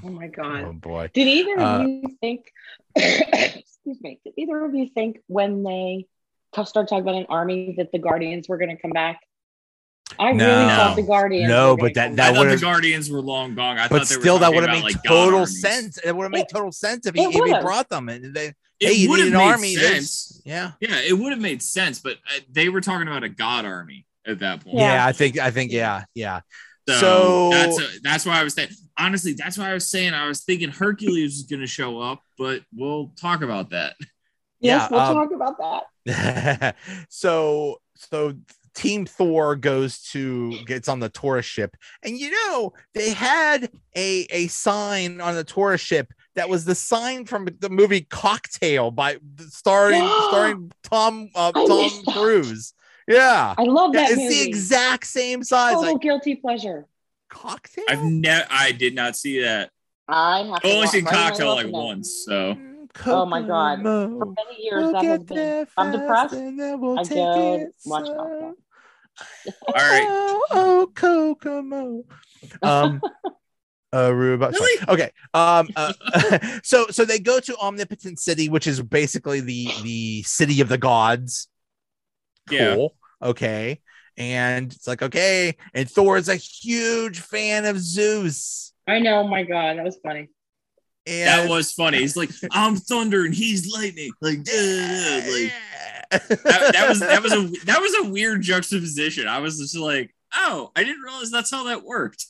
Speaker 3: Oh my
Speaker 1: oh
Speaker 3: God.
Speaker 1: boy
Speaker 3: Did either
Speaker 1: Uh,
Speaker 3: of you think, excuse me, did either of you think when they t- started talking about an army that the Guardians were going to come back? I really
Speaker 1: No.
Speaker 3: thought the Guardians.
Speaker 1: No,
Speaker 3: were gonna
Speaker 1: but that-
Speaker 3: come
Speaker 1: that
Speaker 2: I
Speaker 3: back.
Speaker 2: thought the
Speaker 1: would've-
Speaker 2: Guardians were long gone. I
Speaker 1: but
Speaker 2: thought they were
Speaker 1: still that
Speaker 2: talking
Speaker 1: would have
Speaker 2: about,
Speaker 1: made
Speaker 2: like, God
Speaker 1: total
Speaker 2: armies.
Speaker 1: sense it would have made
Speaker 3: It-
Speaker 1: total sense if
Speaker 3: it
Speaker 1: he, if he
Speaker 3: would've.
Speaker 1: brought them and they
Speaker 2: It
Speaker 1: hey you
Speaker 2: would
Speaker 1: need
Speaker 2: have
Speaker 1: an
Speaker 2: made
Speaker 1: army there's-
Speaker 2: sense.
Speaker 1: yeah
Speaker 2: Yeah, it would have made sense, but uh, they were talking about a god army at that point.
Speaker 3: Yeah.
Speaker 1: yeah I think I think yeah yeah
Speaker 2: So,
Speaker 1: So-
Speaker 2: that's a, that's why I was saying. Honestly, that's why I was saying I was thinking Hercules was going to show up, but we'll talk about that.
Speaker 3: Yes,
Speaker 1: yeah,
Speaker 3: we'll
Speaker 1: um,
Speaker 3: talk about that.
Speaker 1: so so team thor goes to gets on the tourist ship and you know they had a a sign on the tourist ship that was the sign from the movie Cocktail by starring starring Tom uh,
Speaker 3: I
Speaker 1: Tom
Speaker 3: missed that.
Speaker 1: Cruise. Yeah.
Speaker 3: I love
Speaker 1: Yeah,
Speaker 3: that
Speaker 1: it's
Speaker 3: movie. Oh.
Speaker 1: the exact same size.
Speaker 3: Total
Speaker 1: Like
Speaker 3: guilty pleasure.
Speaker 1: cocktail.
Speaker 2: I've never. I did not see that.
Speaker 3: I have
Speaker 2: I've
Speaker 3: to
Speaker 2: only
Speaker 3: watch-
Speaker 2: seen
Speaker 3: why did I
Speaker 2: Cocktail
Speaker 3: look
Speaker 2: like
Speaker 3: it up?
Speaker 2: once. So
Speaker 1: Mm,
Speaker 3: Oh my God. For
Speaker 1: Kokomo.
Speaker 3: many years,
Speaker 1: We'll
Speaker 3: that has
Speaker 1: get
Speaker 3: been.
Speaker 1: there
Speaker 3: I'm
Speaker 1: fast
Speaker 3: depressed.
Speaker 1: and then we'll
Speaker 3: I
Speaker 1: take
Speaker 3: did
Speaker 1: it
Speaker 3: watch
Speaker 1: slow.
Speaker 3: Cocktail.
Speaker 2: all right.
Speaker 1: Oh, oh Kokomo. Um, uh, Aruba. sorry.
Speaker 2: Really?
Speaker 1: Okay. Um, uh, so so they go to Omnipotent City, which is basically the the city of the gods.
Speaker 2: Yeah.
Speaker 1: Cool. Okay. And it's like okay, and Thor is a huge fan of Zeus.
Speaker 3: I know. oh My God, that was funny.
Speaker 1: And
Speaker 2: That was funny. He's like, I'm thunder and he's lightning. Like, duh, duh, duh. like that, that was that was a that was a weird juxtaposition. I was just like, oh, I didn't realize that's how that worked.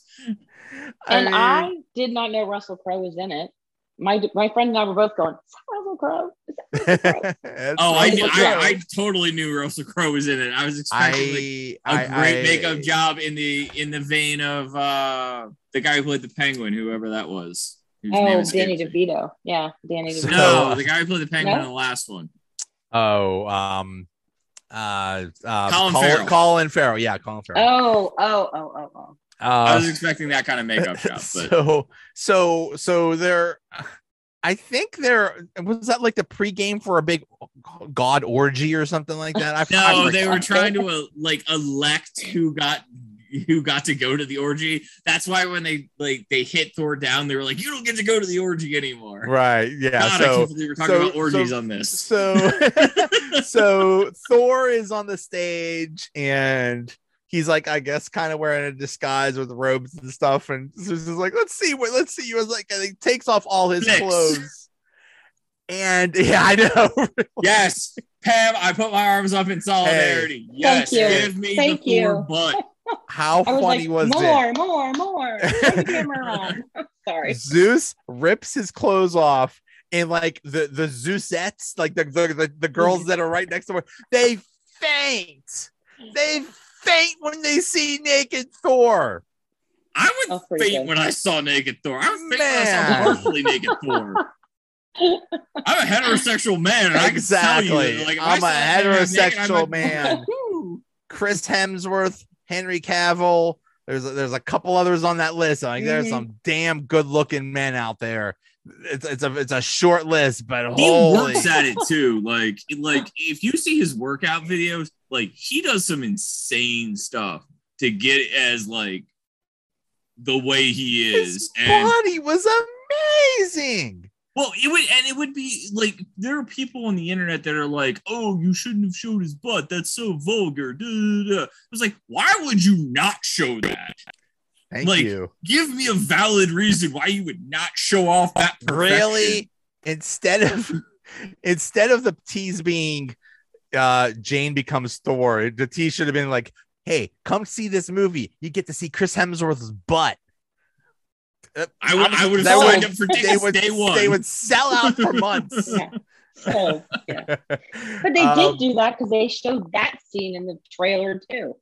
Speaker 3: And
Speaker 1: mean,
Speaker 3: I did not know Russell Crowe was in it. My my friend and I were both going, "Is that Russell Crowe?" Is that-"
Speaker 1: that's
Speaker 2: Oh, I,
Speaker 1: really
Speaker 2: knew-
Speaker 1: what
Speaker 2: I
Speaker 1: that-
Speaker 2: I totally knew Russell Crowe was in it. I was expecting like,
Speaker 1: I,
Speaker 2: a
Speaker 1: I-
Speaker 2: great
Speaker 1: I-
Speaker 2: makeup job in the in the vein of uh the guy who played the penguin, whoever that was. whose name
Speaker 3: Oh,
Speaker 2: escapes me.
Speaker 3: Danny DeVito. Yeah, Danny
Speaker 1: So-
Speaker 3: DeVito.
Speaker 2: No, the guy who played the penguin
Speaker 3: No?
Speaker 2: in the last one.
Speaker 1: Oh, um, uh, uh
Speaker 2: Colin
Speaker 1: Colin
Speaker 2: Farrell.
Speaker 1: Colin Farrell. Yeah, Colin Farrell.
Speaker 3: Oh, oh, oh, oh, oh.
Speaker 2: I
Speaker 1: Uh,
Speaker 2: was expecting that kind of makeup job, but
Speaker 1: so, so, so they're. I think they're. Was that like the pregame for a big god orgy or something like that? I,
Speaker 2: no,
Speaker 1: I
Speaker 2: they
Speaker 1: forget.
Speaker 2: were trying to uh, like elect who got who got to go to the orgy. That's why when they like they hit Thor down, they were like, "You don't get to go to the orgy anymore."
Speaker 1: right. Yeah.
Speaker 2: God, I
Speaker 1: so,
Speaker 2: can't believe we're talking
Speaker 1: so-
Speaker 2: about orgies
Speaker 1: so-
Speaker 2: on this.
Speaker 1: so so Thor is on the stage and he's like, I guess, kind of wearing a disguise with robes and stuff. And Zeus is like, let's see what, let's see you. It's like, and he takes off all his
Speaker 2: Flicks.
Speaker 1: clothes. And yeah, I know.
Speaker 2: Yes, Pam, I put my arms up in solidarity. yes,
Speaker 3: you.
Speaker 2: give me
Speaker 3: Thank
Speaker 2: the Thor
Speaker 3: you.
Speaker 2: butt.
Speaker 1: How
Speaker 3: I was
Speaker 1: funny
Speaker 3: like,
Speaker 1: was
Speaker 3: more, more, more. Turn the camera on.
Speaker 1: it?
Speaker 3: Sorry.
Speaker 1: Zeus rips his clothes off. And like the the Zeusettes, like the the, the, the girls that are right next to her, they faint. They faint when they see naked Thor.
Speaker 2: I
Speaker 3: Oh,
Speaker 2: would
Speaker 3: pretty
Speaker 2: faint
Speaker 3: good.
Speaker 2: when I saw naked Thor. I would faint when I saw
Speaker 1: Man.
Speaker 2: partially naked Thor. I'm a heterosexual man. And I can tell you,
Speaker 1: Exactly.
Speaker 2: that, like, if
Speaker 1: I'm
Speaker 2: I
Speaker 1: a
Speaker 2: saw man naked, I'm
Speaker 1: heterosexual
Speaker 2: like,
Speaker 1: man.
Speaker 2: "Woo."
Speaker 1: Chris Hemsworth, Henry Cavill. There's a, there's a couple others on that list. Like there's
Speaker 3: Mhm.
Speaker 1: some damn good looking men out there. It's, it's a it's a short list, but
Speaker 2: He
Speaker 1: holy
Speaker 2: works at it too. Like, like if you see his workout videos, like he does some insane stuff to get as like the way he
Speaker 1: his
Speaker 2: is. And
Speaker 1: body was amazing.
Speaker 2: Well, it would, and it would be like there are people on the internet that are like, "Oh, you shouldn't have showed his butt. That's so vulgar." Da, da, da. I was like, "Why would you not show that?
Speaker 1: Thank
Speaker 2: Like,
Speaker 1: you.
Speaker 2: Give me a valid reason why you would not show off that." perfection."
Speaker 1: Really, instead of instead of the tease being uh Jane becomes Thor, the tease should have been like, "Hey, come see this movie. You get to see Chris Hemsworth's butt."
Speaker 2: I would, I would have
Speaker 1: That
Speaker 2: signed
Speaker 1: would-
Speaker 2: up for
Speaker 1: they
Speaker 2: tickets
Speaker 1: would
Speaker 2: day one.
Speaker 1: they would sell out for months.
Speaker 3: Yeah. So, yeah. But they
Speaker 1: Um,
Speaker 3: did do that because they showed that scene in the trailer too.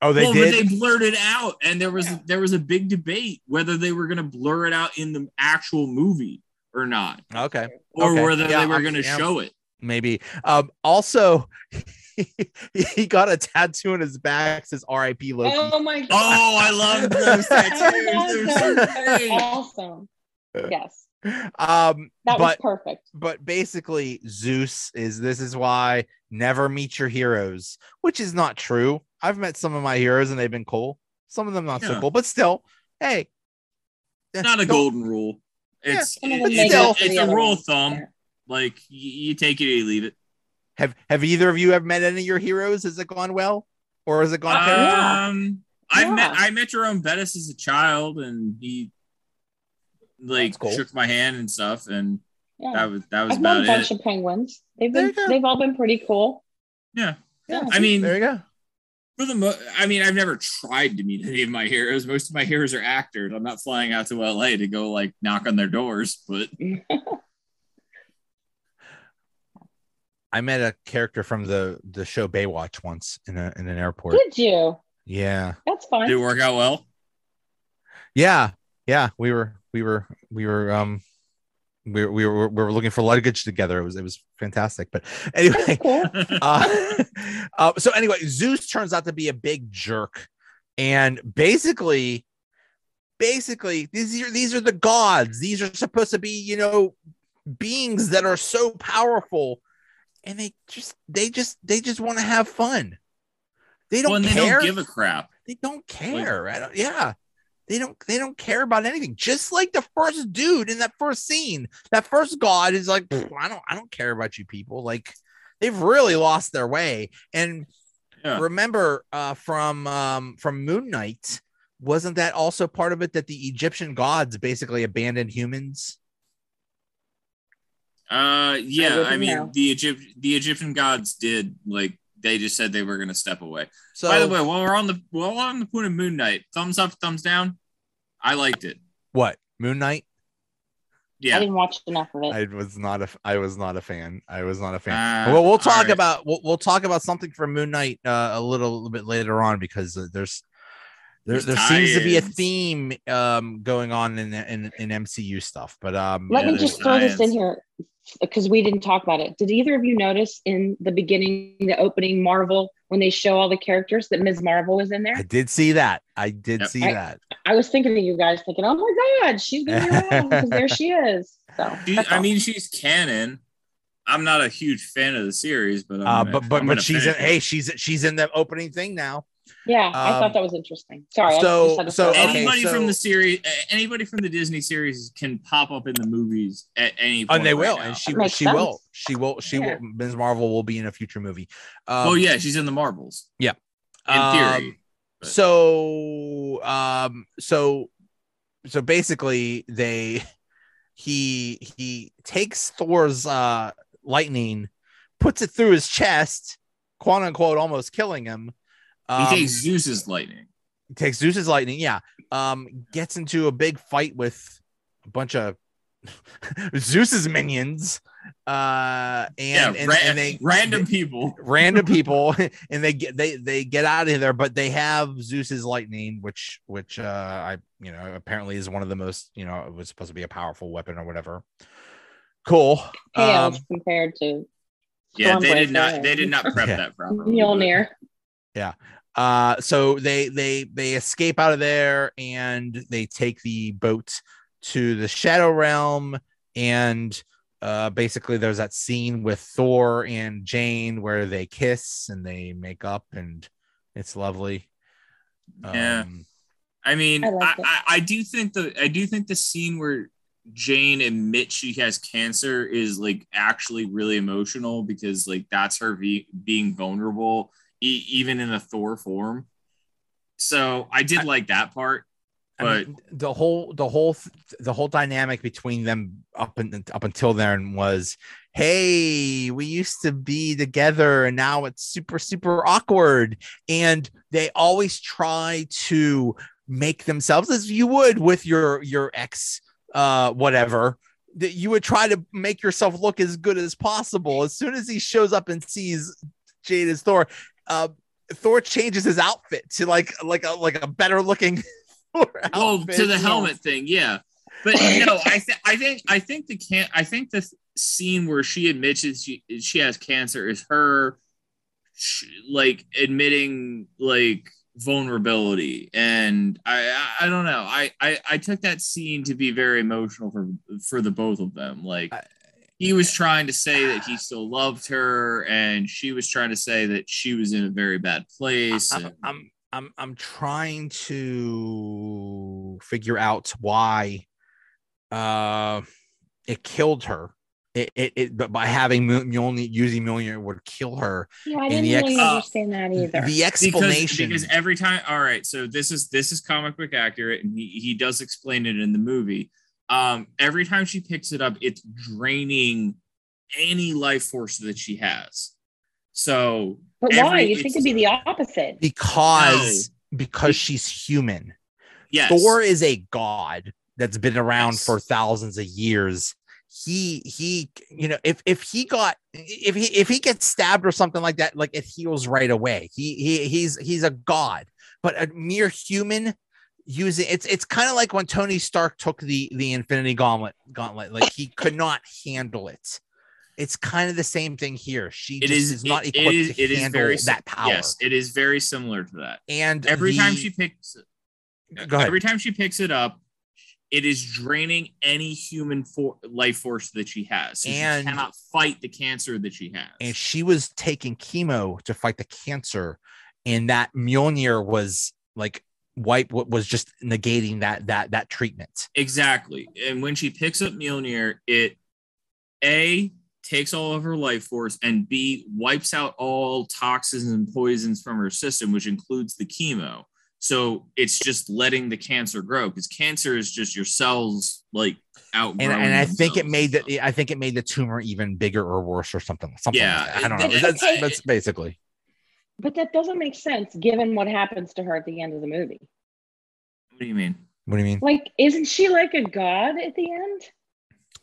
Speaker 1: Oh, they
Speaker 2: well,
Speaker 1: did.
Speaker 2: but they blurred it out, and there was
Speaker 3: Yeah.
Speaker 2: there was a big debate whether they were going to blur it out in the actual movie or not,
Speaker 1: Okay,
Speaker 2: or
Speaker 1: Okay.
Speaker 2: whether
Speaker 1: Yeah,
Speaker 2: they were
Speaker 1: I'm-
Speaker 2: going to
Speaker 1: yeah.
Speaker 2: show it.
Speaker 1: maybe. Um, also, he got a tattoo on his back that says "R.I.P. Loki."
Speaker 3: Oh my God.
Speaker 2: Oh, I love those tattoos. They're so
Speaker 3: That's
Speaker 2: great.
Speaker 3: awesome. Yes.
Speaker 2: Oh.
Speaker 1: Um,
Speaker 3: That was
Speaker 1: but
Speaker 3: perfect.
Speaker 1: but basically, Zeus is this is why never meet your heroes, which is not true. I've met some of my heroes and they've been cool. Some of them not so
Speaker 2: Yeah.
Speaker 1: cool, but still, hey,
Speaker 2: Not a
Speaker 1: don't-
Speaker 2: golden rule. It's
Speaker 3: Some of
Speaker 2: it-
Speaker 3: them
Speaker 1: make
Speaker 2: it's,
Speaker 1: it
Speaker 2: a-
Speaker 1: up
Speaker 3: for
Speaker 2: it's
Speaker 3: the
Speaker 2: a
Speaker 3: other
Speaker 2: rule
Speaker 3: ones.
Speaker 2: of thumb.
Speaker 3: Yeah.
Speaker 2: Like you, you take it, or you leave it.
Speaker 1: Have Have either of you have met any of your heroes? Has it gone well, or has it gone?
Speaker 3: Uh,
Speaker 1: terrible?
Speaker 3: Yeah.
Speaker 2: Um, I met
Speaker 3: Yeah.
Speaker 2: I met Jerome Bettis as a child, and he like
Speaker 1: That's cool.
Speaker 2: shook my hand and stuff, and
Speaker 3: Yeah.
Speaker 2: that was that was
Speaker 3: I've met
Speaker 2: about
Speaker 3: a bunch
Speaker 2: it.
Speaker 3: of penguins. They've
Speaker 1: There
Speaker 3: been
Speaker 1: you go.
Speaker 3: they've all been pretty cool.
Speaker 2: yeah,
Speaker 1: Yeah.
Speaker 2: I mean,
Speaker 1: there you go.
Speaker 2: for the mo- I mean, I've never tried to meet any of my heroes. Most of my heroes are actors. I'm not flying out to L.A. to go like knock on their doors, but
Speaker 1: I met a character from the the show Baywatch once in a in an airport.
Speaker 3: Did you?
Speaker 1: Yeah,
Speaker 3: That's
Speaker 2: did it
Speaker 3: fine.
Speaker 2: work out well?
Speaker 1: yeah. yeah, we were we were we were um we were, we were we were looking for luggage together. It was it was fantastic. But anyway,
Speaker 3: Cool.
Speaker 1: uh, uh, so anyway, Zeus turns out to be a big jerk, and basically, basically these are these are the gods. These are supposed to be you know beings that are so powerful, and they just they just they just want to have fun. They don't
Speaker 2: well, and they
Speaker 1: care.
Speaker 2: don't give a crap.
Speaker 1: they don't care. I don't, yeah. They don't they don't care about anything. Just like the first dude in that first scene. That first god is like, "Pfft, I don't I don't care about you people. Like they've really lost their way. And
Speaker 2: Yeah.
Speaker 1: remember uh from um from Moon Knight, wasn't that also part of it that the Egyptian gods basically abandoned humans?
Speaker 2: Uh, yeah.
Speaker 3: wouldn't
Speaker 2: I, mean,
Speaker 3: know.
Speaker 2: the Egypt, the Egyptian gods did like they just said they were gonna step away.
Speaker 1: So
Speaker 2: By the way, while we're on the while we're on the point of Moon Knight, thumbs up, thumbs down. I liked it.
Speaker 1: what? Moon Knight?
Speaker 3: I
Speaker 2: Yeah.
Speaker 3: didn't watch enough
Speaker 2: Oh.
Speaker 3: of it.
Speaker 1: I was not a I was not a fan. I was not a fan.
Speaker 2: Uh,
Speaker 1: well, we'll talk
Speaker 2: alright.
Speaker 1: about we'll, we'll talk about something from Moon Knight uh, a little, little bit later on because uh, there's there,
Speaker 2: There's
Speaker 1: there seems to be a
Speaker 2: tie-ins.
Speaker 1: theme um, going on in, in in MCU stuff. But um,
Speaker 3: Let me
Speaker 1: there's-
Speaker 3: just throw this in
Speaker 2: science.
Speaker 3: here because we didn't talk about it. Did either of you notice in the beginning, the opening Marvel, when they show all the characters that Ms. Marvel is in
Speaker 1: I
Speaker 3: there?
Speaker 1: did see that. I did
Speaker 2: Yep.
Speaker 1: see
Speaker 3: I-
Speaker 1: that.
Speaker 3: I was thinking of you guys thinking, oh my God, she's going to be around because there she is. So
Speaker 2: She-
Speaker 3: that's
Speaker 2: I
Speaker 3: all.
Speaker 2: mean, she's canon. I'm not a huge fan of the series, but
Speaker 1: Uh,
Speaker 2: I'm gonna-
Speaker 1: but but
Speaker 2: I'm
Speaker 1: but
Speaker 2: gonna
Speaker 1: she's in,
Speaker 2: finish it.
Speaker 1: hey she's she's in the opening thing now.
Speaker 3: yeah, I
Speaker 1: um,
Speaker 3: thought that was interesting.
Speaker 1: so-
Speaker 3: Sorry. I just had to
Speaker 1: so,
Speaker 3: throw that
Speaker 1: okay,
Speaker 3: in.
Speaker 2: anybody from
Speaker 1: so-
Speaker 2: the series, a- anybody from the Disney series can pop up in the movies at any point.
Speaker 1: Oh, and they
Speaker 2: right
Speaker 1: will,
Speaker 2: now.
Speaker 1: and she
Speaker 3: That makes
Speaker 1: she
Speaker 3: sense.
Speaker 1: will she will she
Speaker 3: Yeah.
Speaker 1: will Ms. Marvel will be in a future movie. Um,
Speaker 2: oh yeah, she's in the Marvels.
Speaker 1: Yeah.
Speaker 2: In theory.
Speaker 1: Um, so um so so basically they he he takes thor's uh lightning puts it through his chest quote unquote almost killing him um,
Speaker 2: he takes Zeus's lightning.
Speaker 1: takes zeus's lightning yeah um gets into a big fight with a bunch of zeus's minions uh and
Speaker 2: yeah,
Speaker 1: and,
Speaker 2: ra-
Speaker 1: and they
Speaker 2: random people.
Speaker 1: random people and they get they they get out of there but they have zeus's lightning which which uh i you know apparently is one of the most you know it was supposed to be a powerful weapon or whatever cool
Speaker 3: Pale
Speaker 1: um
Speaker 3: compared to
Speaker 2: Yeah, they did
Speaker 3: Stormbreaker
Speaker 2: not.
Speaker 3: and
Speaker 2: They did not prep
Speaker 1: Yeah.
Speaker 2: that
Speaker 3: Um,
Speaker 2: properly.
Speaker 3: Mjolnir.
Speaker 1: uh so they they they escape out of there and they take the boat to the shadow realm and uh basically there's that scene with thor and jane where they kiss and they make up and it's lovely Um,
Speaker 2: Yeah. I mean,
Speaker 3: I
Speaker 2: I,
Speaker 3: liked it.
Speaker 2: I, I do think the I do think the scene where Jane admits she has cancer is like actually really emotional because like that's her ve- being vulnerable e- even in a Thor form. So I did like that part,
Speaker 1: I
Speaker 2: but
Speaker 1: mean, the whole the whole th- the whole dynamic between them up and up until then was hey we used to be together and now it's super super awkward and they always try to make themselves as you would with your your ex uh whatever that you would try to make yourself look as good as possible as soon as he shows up and sees jade as thor uh thor changes his outfit to like like a like a better looking Thor
Speaker 2: well
Speaker 1: outfit.
Speaker 2: Oh, to the helmet thing, yeah. But no, I th- I think I think the can I think the scene where she admits she she has cancer is her sh- like admitting like vulnerability and I, I i don't know I, I i took that scene to be very emotional for for the both of them like
Speaker 1: I-
Speaker 2: he was trying to say that he still loved her and she was trying to say that she was in a very bad place
Speaker 1: I'm,
Speaker 2: and-
Speaker 1: I'm I'm I'm trying to figure out why uh it killed her. It it, it but by having Mjol- Mjolnir using Mjolnir would kill her.
Speaker 3: Yeah, I
Speaker 1: And
Speaker 3: didn't
Speaker 1: the
Speaker 3: really
Speaker 1: ex-
Speaker 2: Uh,
Speaker 3: understand that either.
Speaker 1: The explanation
Speaker 2: because, because every time all right so this is this is comic book accurate and he, he does explain it in the movie um every time she picks it up it's draining any life force that she has so
Speaker 3: but why?
Speaker 2: every-
Speaker 3: You think it'd be the opposite.
Speaker 1: because because she's human.
Speaker 2: yes
Speaker 1: Thor is a god that's been around
Speaker 2: Yes.
Speaker 1: for thousands of years. He he you know if if he got if he if he gets stabbed or something like that like it heals right away. He he he's he's a god. But a mere human using it's it's kind of like when Tony Stark took the the Infinity Gauntlet gauntlet like he could not handle it. It's kind of the same thing here. She
Speaker 2: It
Speaker 1: just
Speaker 2: is-
Speaker 1: is not
Speaker 2: it- it
Speaker 1: equipped
Speaker 2: is-
Speaker 1: to
Speaker 2: it is
Speaker 1: handle
Speaker 2: very sim-
Speaker 1: that power.
Speaker 2: Yes, it is very similar to that.
Speaker 1: And
Speaker 2: Every
Speaker 1: the-
Speaker 2: time she picks
Speaker 1: go ahead.
Speaker 2: every time she picks it up, it is draining any human for- life force that she has. So
Speaker 1: And-
Speaker 2: she cannot fight the cancer that she has.
Speaker 1: and she was taking chemo to fight the cancer, and that Mjolnir was like wipe what was just negating that that that treatment.
Speaker 2: Exactly. And when she picks up Mjolnir, it A takes all of her life force and B wipes out all toxins and poisons from her system, which includes the chemo. So it's just letting the cancer grow because cancer is just your cells like out.
Speaker 1: And, and I think it made that I think it made the tumor even bigger or worse or something. something like
Speaker 2: Yeah,
Speaker 1: that. I don't know.
Speaker 2: it-
Speaker 1: That's,
Speaker 3: okay.
Speaker 1: that's basically
Speaker 3: But that doesn't make sense given what happens to her at the end of the movie.
Speaker 2: What do you mean?
Speaker 1: what do you mean?
Speaker 3: Like, isn't she like a god at the end?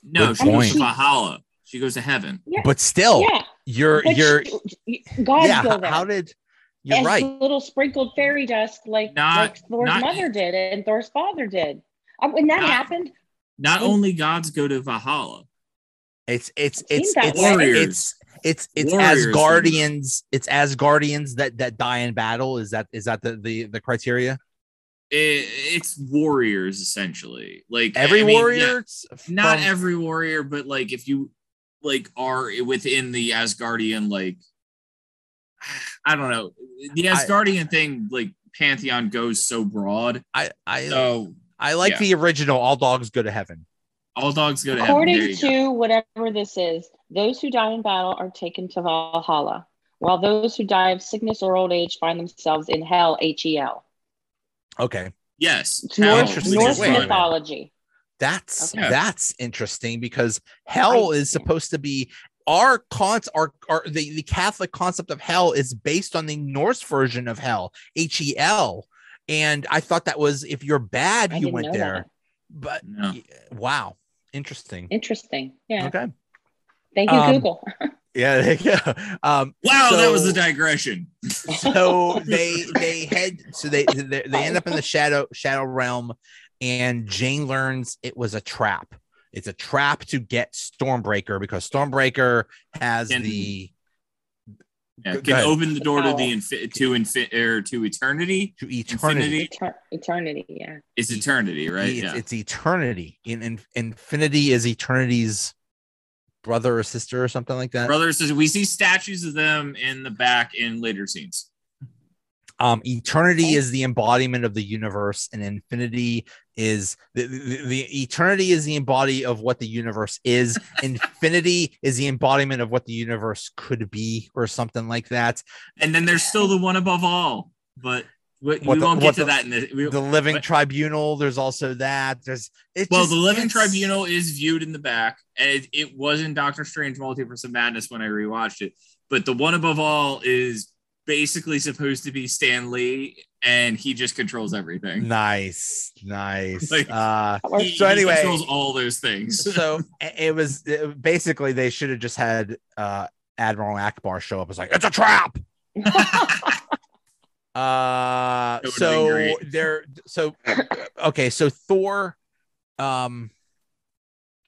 Speaker 2: No,
Speaker 1: Good
Speaker 2: she goes
Speaker 1: point.
Speaker 2: to Valhalla. She goes to heaven.
Speaker 1: But still,
Speaker 3: yeah.
Speaker 1: Oh, you're
Speaker 3: but
Speaker 1: you're
Speaker 3: she- gods
Speaker 1: yeah.
Speaker 3: go
Speaker 1: How,
Speaker 3: there.
Speaker 1: how did you're
Speaker 3: as
Speaker 1: right?
Speaker 3: Little sprinkled fairy dust, like,
Speaker 2: Not-
Speaker 3: like Thor's
Speaker 2: not-
Speaker 3: mother did and Thor's father did. Uh, When that
Speaker 2: Not-
Speaker 3: happened,
Speaker 1: Oh.
Speaker 2: Not only gods go to Valhalla.
Speaker 1: It's it's
Speaker 3: It
Speaker 1: it's
Speaker 3: seems that
Speaker 1: it's
Speaker 2: way.
Speaker 1: it's it's it's as
Speaker 2: Warriors.
Speaker 1: guardians. It's as guardians that that die in battle. Is that is that the the the criteria?
Speaker 2: It, it's warriors essentially. Like
Speaker 1: Every
Speaker 2: I mean, yeah.
Speaker 1: warrior,
Speaker 2: not
Speaker 1: from-
Speaker 2: every warrior, but like if you like are within the Asgardian, like I don't know, the
Speaker 1: I-
Speaker 2: Asgardian thing, like pantheon goes so broad.
Speaker 1: I I
Speaker 2: So
Speaker 1: I like
Speaker 2: yeah.
Speaker 1: the original. All dogs go to heaven.
Speaker 2: all dogs go to heaven. There
Speaker 3: according
Speaker 2: you go.
Speaker 3: to whatever this is, those who die in battle are taken to Valhalla, while those who die of sickness or old age find themselves in hell, H E L.
Speaker 1: Okay,
Speaker 2: yes,
Speaker 3: It's
Speaker 2: hell,
Speaker 3: Norse,
Speaker 1: interesting.
Speaker 2: which is
Speaker 3: Norse
Speaker 1: Wait a minute.
Speaker 2: fun.
Speaker 3: mythology.
Speaker 1: that's
Speaker 2: Okay.
Speaker 1: that's interesting because hell
Speaker 3: I-
Speaker 1: is supposed to be our cons our, our the, the Catholic concept of hell is based on the Norse version of hell, H E L. And I thought that was if you're bad,
Speaker 3: I
Speaker 1: you
Speaker 3: didn't
Speaker 1: went
Speaker 3: know
Speaker 1: there.
Speaker 3: that.
Speaker 1: But
Speaker 2: No.
Speaker 1: y- wow, interesting.
Speaker 3: Interesting. Yeah.
Speaker 1: Okay.
Speaker 3: Thank you,
Speaker 1: Um,
Speaker 3: Google.
Speaker 1: Yeah, there you go. Um,
Speaker 2: Wow, that was a
Speaker 1: so-
Speaker 2: digression.
Speaker 1: so they they head so they they, they end up in the shadow shadow realm and jane learns it was a trap it's a trap to get stormbreaker because stormbreaker has
Speaker 2: Can-
Speaker 1: the
Speaker 2: Yeah,
Speaker 1: Go
Speaker 2: can
Speaker 1: ahead.
Speaker 2: open the door to the infi- to infi- or to eternity
Speaker 1: to eternity
Speaker 2: Infinity,
Speaker 3: Eter- eternity. Yeah.
Speaker 2: is eternity, right?
Speaker 1: it's,
Speaker 2: Yeah.
Speaker 1: it's eternity in, in infinity is eternity's brother or sister or something like that
Speaker 2: Brothers, we see statues of them in the back in later scenes.
Speaker 1: um eternity
Speaker 3: Okay.
Speaker 1: is the embodiment of the universe and infinity is the, the, the eternity is the embody of what the universe is infinity is the embodiment of what the universe could be or something like that
Speaker 2: And then there's still the one above all, but we,
Speaker 1: What
Speaker 2: we
Speaker 1: the-
Speaker 2: won't
Speaker 1: what
Speaker 2: get to
Speaker 1: the-
Speaker 2: that in the. we-
Speaker 1: the living
Speaker 2: What?
Speaker 1: tribunal there's also that there's it's
Speaker 2: well,
Speaker 1: just-
Speaker 2: the Living
Speaker 1: it's-
Speaker 2: Tribunal is viewed in the back, and it, it was in Doctor Strange Multiverse of Madness when I rewatched it. But the one above all is basically supposed to be Stan Lee, and he just controls everything.
Speaker 1: nice nice
Speaker 2: Like-
Speaker 1: uh
Speaker 3: Or-
Speaker 2: He-
Speaker 1: So
Speaker 2: he
Speaker 1: anyway-
Speaker 2: controls all those things.
Speaker 1: so it it was it- basically they should have just had uh admiral akbar show up as like it's a trap Uh,
Speaker 2: That would've been
Speaker 1: so there, so okay, so Thor, um,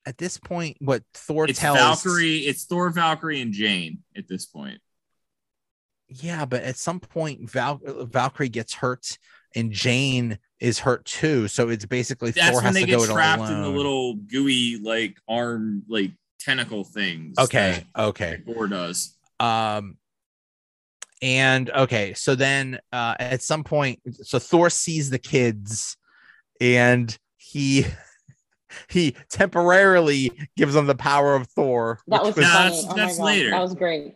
Speaker 1: at this point, what Thor
Speaker 2: it's
Speaker 1: tells
Speaker 2: Valkyrie, it's Thor, Valkyrie, and Jane at this point.
Speaker 1: yeah, but at some point, Val Valkyrie gets hurt and Jane is hurt too, so it's basically
Speaker 2: That's
Speaker 1: Thor
Speaker 2: when
Speaker 1: has
Speaker 2: they
Speaker 1: to go
Speaker 2: get
Speaker 1: it
Speaker 2: trapped in the
Speaker 1: alone.
Speaker 2: little gooey like arm like tentacle things.
Speaker 1: okay, okay,
Speaker 2: that Gore does.
Speaker 1: um and okay so then uh at some point so thor sees the kids and he he temporarily gives them the power of thor
Speaker 3: That
Speaker 1: which
Speaker 3: was
Speaker 2: No,
Speaker 3: funny.
Speaker 2: that's-
Speaker 3: oh
Speaker 2: that's
Speaker 3: my God.
Speaker 2: later.
Speaker 3: That was great.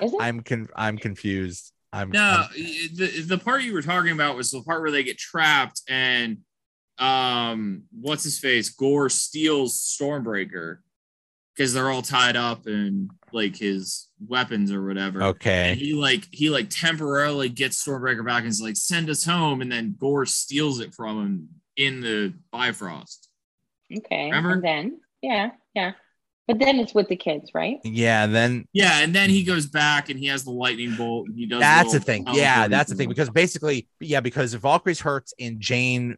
Speaker 3: Is it?
Speaker 1: i'm con- i'm confused i'm
Speaker 2: No,
Speaker 1: I'm-
Speaker 2: y- the, the part you were talking about was the part where they get trapped and um what's his face? Gore steals Stormbreaker because they're all tied up and like his weapons or whatever. And
Speaker 1: okay
Speaker 2: he like he like temporarily gets Stormbreaker back and is like, send us home, and then Gore steals it from him in the Bifrost.
Speaker 3: okay.
Speaker 2: remember?
Speaker 3: And then, yeah, yeah. But then it's with the kids, right?
Speaker 1: Yeah, then
Speaker 2: Yeah, and then he goes back and he has the lightning bolt. And he does.
Speaker 1: Hmm. that's
Speaker 2: little
Speaker 1: the thing.
Speaker 2: Power
Speaker 1: Yeah,
Speaker 2: Forward
Speaker 1: that's the thing.
Speaker 2: thing.
Speaker 1: Because basically, yeah, because Valkyrie's hurt and Jane,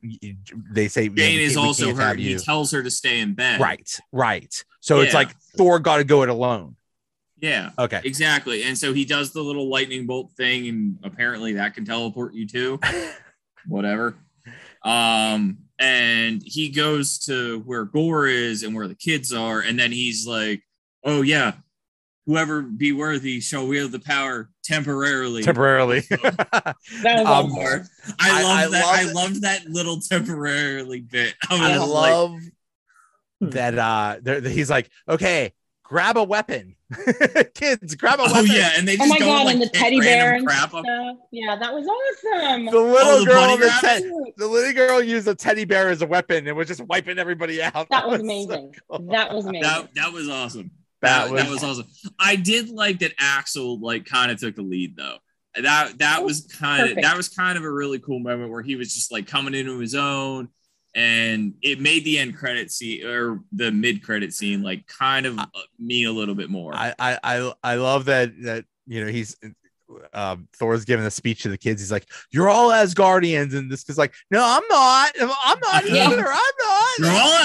Speaker 1: they say you know,
Speaker 2: Jane
Speaker 1: we
Speaker 2: is
Speaker 1: can't- we
Speaker 2: also
Speaker 1: can't have
Speaker 2: hurt. He tells her to stay in bed.
Speaker 1: Right, right. So it's
Speaker 2: Yeah.
Speaker 1: like Thor got to go it alone.
Speaker 2: Yeah.
Speaker 1: Okay.
Speaker 2: Exactly. And so he does the little lightning bolt thing, and apparently that can teleport you too. Whatever. Um, and he goes to where Gore is and where the kids are, and then he's like, Oh yeah, whoever be worthy shall wield the power temporarily.
Speaker 1: Temporarily.
Speaker 3: That was
Speaker 1: Um,
Speaker 3: awesome.
Speaker 2: Or-
Speaker 1: I-
Speaker 2: I
Speaker 1: I
Speaker 2: love that. I
Speaker 1: love-
Speaker 2: loved that little temporarily bit. I
Speaker 1: I
Speaker 2: was like,
Speaker 1: love that uh there, that he's like, okay, grab a weapon. Kids, grab a
Speaker 2: oh
Speaker 1: weapon.
Speaker 2: yeah, and they
Speaker 3: Oh
Speaker 2: just
Speaker 3: my
Speaker 2: go
Speaker 3: god,
Speaker 2: like
Speaker 3: and the
Speaker 2: kick
Speaker 3: teddy
Speaker 2: random
Speaker 3: bear and
Speaker 2: crap up.
Speaker 3: stuff. Yeah, that was awesome.
Speaker 1: The little
Speaker 2: Oh, the
Speaker 1: girl
Speaker 2: bunny
Speaker 1: the,
Speaker 2: rabbit?
Speaker 1: te- the little girl used a teddy bear as a weapon and was just wiping everybody out.
Speaker 3: That was
Speaker 1: so
Speaker 3: amazing.
Speaker 1: cool.
Speaker 3: That was amazing.
Speaker 2: That that was awesome.
Speaker 1: That
Speaker 2: That, that, was,
Speaker 1: was-
Speaker 2: awesome. I did like that Axel like kind of took the lead though. That that
Speaker 3: That
Speaker 2: was kind of
Speaker 3: perfect.
Speaker 2: that was kind of a really cool moment where he was just like coming into his own and it made the end credit scene or the mid credit scene like kind of uh, me a little bit more.
Speaker 1: I, I I I love that that you know he's um Thor's giving a speech to the kids. He's like, "You're all Asgardians," and this is like, "No, I'm not. I'm not
Speaker 2: Yeah.
Speaker 1: either. I'm
Speaker 2: you're
Speaker 1: not.
Speaker 2: all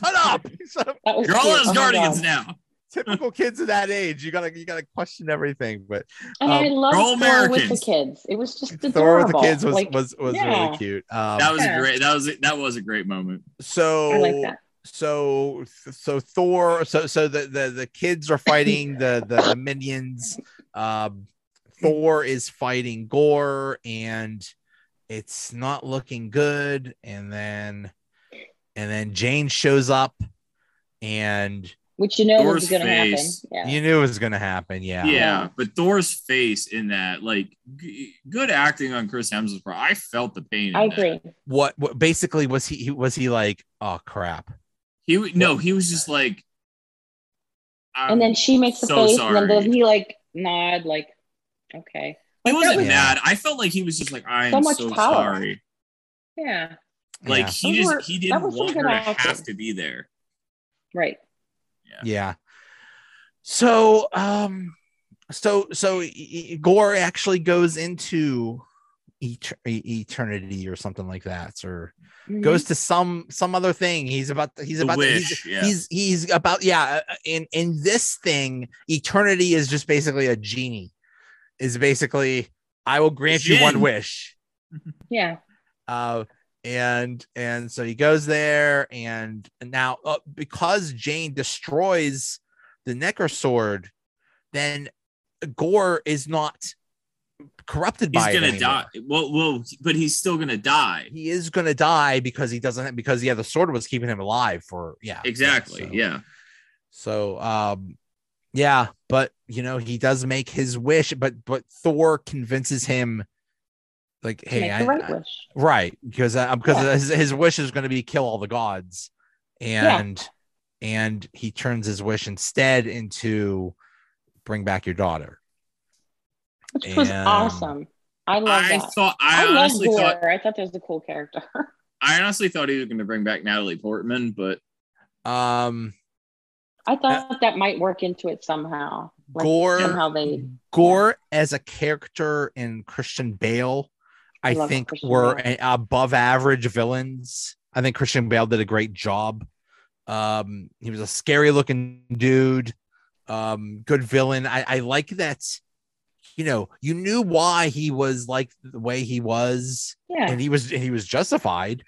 Speaker 1: Shut up. Shut up.
Speaker 3: That was
Speaker 2: you're all
Speaker 3: cute.
Speaker 2: as
Speaker 3: Oh my
Speaker 2: guardians
Speaker 3: God.
Speaker 2: now.
Speaker 1: Typical kids of that age. You gotta you gotta question everything." But
Speaker 3: And I
Speaker 1: Um,
Speaker 3: love
Speaker 2: all
Speaker 3: Thor with the
Speaker 2: Americans.
Speaker 3: kids. It was just adorable.
Speaker 1: Thor with the kids was
Speaker 3: like,
Speaker 1: was was
Speaker 3: yeah.
Speaker 1: really cute. Um,
Speaker 2: That was
Speaker 3: Yeah.
Speaker 2: a great that was a, that was a great moment.
Speaker 1: so
Speaker 3: I like that.
Speaker 1: so so Thor so so the the, the kids are fighting the, the the minions um Thor is fighting Gore and it's not looking good and then and then Jane shows up and
Speaker 3: Which you know was
Speaker 2: Thor's
Speaker 3: going to happen.
Speaker 2: face.
Speaker 3: Yeah.
Speaker 1: you knew it was going to happen yeah
Speaker 2: Yeah. but Thor's face in that like g- good acting on Chris Hemsworth. part. I felt the pain. in
Speaker 3: I
Speaker 2: that.
Speaker 3: agree.
Speaker 1: what what basically was he he- was he like oh crap
Speaker 2: He w- no, he was just like. um, I'm-
Speaker 3: and then she makes the
Speaker 2: so
Speaker 3: face, and
Speaker 2: sorry.
Speaker 3: then doesn't he like nod, like, okay,
Speaker 2: he
Speaker 3: that
Speaker 2: wasn't
Speaker 1: was-
Speaker 2: mad. I felt like he was just like I am
Speaker 3: So
Speaker 2: so,
Speaker 3: much power.
Speaker 2: sorry.
Speaker 3: yeah,
Speaker 2: Like
Speaker 1: Yeah.
Speaker 2: he
Speaker 3: Those
Speaker 2: just
Speaker 3: were-
Speaker 2: he
Speaker 3: that
Speaker 2: didn't
Speaker 3: was some
Speaker 2: want
Speaker 3: good
Speaker 2: her to
Speaker 3: acting.
Speaker 2: have to be there.
Speaker 3: right.
Speaker 1: yeah so um so so E- E- gore actually goes into et- E- eternity or something like that or
Speaker 3: Mhm.
Speaker 1: goes to some some other thing he's about to- he's
Speaker 2: The
Speaker 1: about to- he's,
Speaker 2: wish, yeah.
Speaker 1: he's he's about yeah uh, in in this thing eternity is just basically a genie is basically i will grant you one
Speaker 2: Jinn.
Speaker 1: wish
Speaker 3: yeah,
Speaker 1: uh, and and so he goes there, and now uh, because Jane destroys the Necro Sword, then Gore is not corrupted
Speaker 2: He's
Speaker 1: by
Speaker 2: gonna
Speaker 1: it anymore.
Speaker 2: die. Well, well, but he's still gonna die.
Speaker 1: He is gonna die because he doesn't because yeah, the sword was keeping him alive for yeah
Speaker 2: Exactly.
Speaker 1: so-
Speaker 2: Yeah.
Speaker 1: So um yeah, but you know, he does make his wish, but but Thor convinces him like, hey,
Speaker 3: make
Speaker 1: I,
Speaker 3: the right
Speaker 1: I-
Speaker 3: wish.
Speaker 1: right because uh, because
Speaker 3: Yeah.
Speaker 1: his, his wish is going to be kill all the gods and and he turns his wish instead into bring back your daughter
Speaker 3: which was
Speaker 1: And-
Speaker 3: awesome. I love
Speaker 2: I
Speaker 3: that.
Speaker 2: thought. I,
Speaker 3: I, love
Speaker 2: honestly
Speaker 3: Gore.
Speaker 2: thought.
Speaker 3: I thought that was a cool character.
Speaker 2: I honestly thought he was gonna bring back Natalie Portman, but
Speaker 1: um
Speaker 3: I thought that might work into it somehow. Like,
Speaker 1: Gore-
Speaker 3: somehow they
Speaker 1: gore as a character and christian bale i,
Speaker 3: I love
Speaker 1: think
Speaker 3: Christian
Speaker 1: were
Speaker 3: Bale.
Speaker 1: a- above average villains i think christian bale did a great job um he was a scary looking dude um good villain i i like that you know you knew why he was like the way he was
Speaker 3: yeah.
Speaker 1: and he was he was justified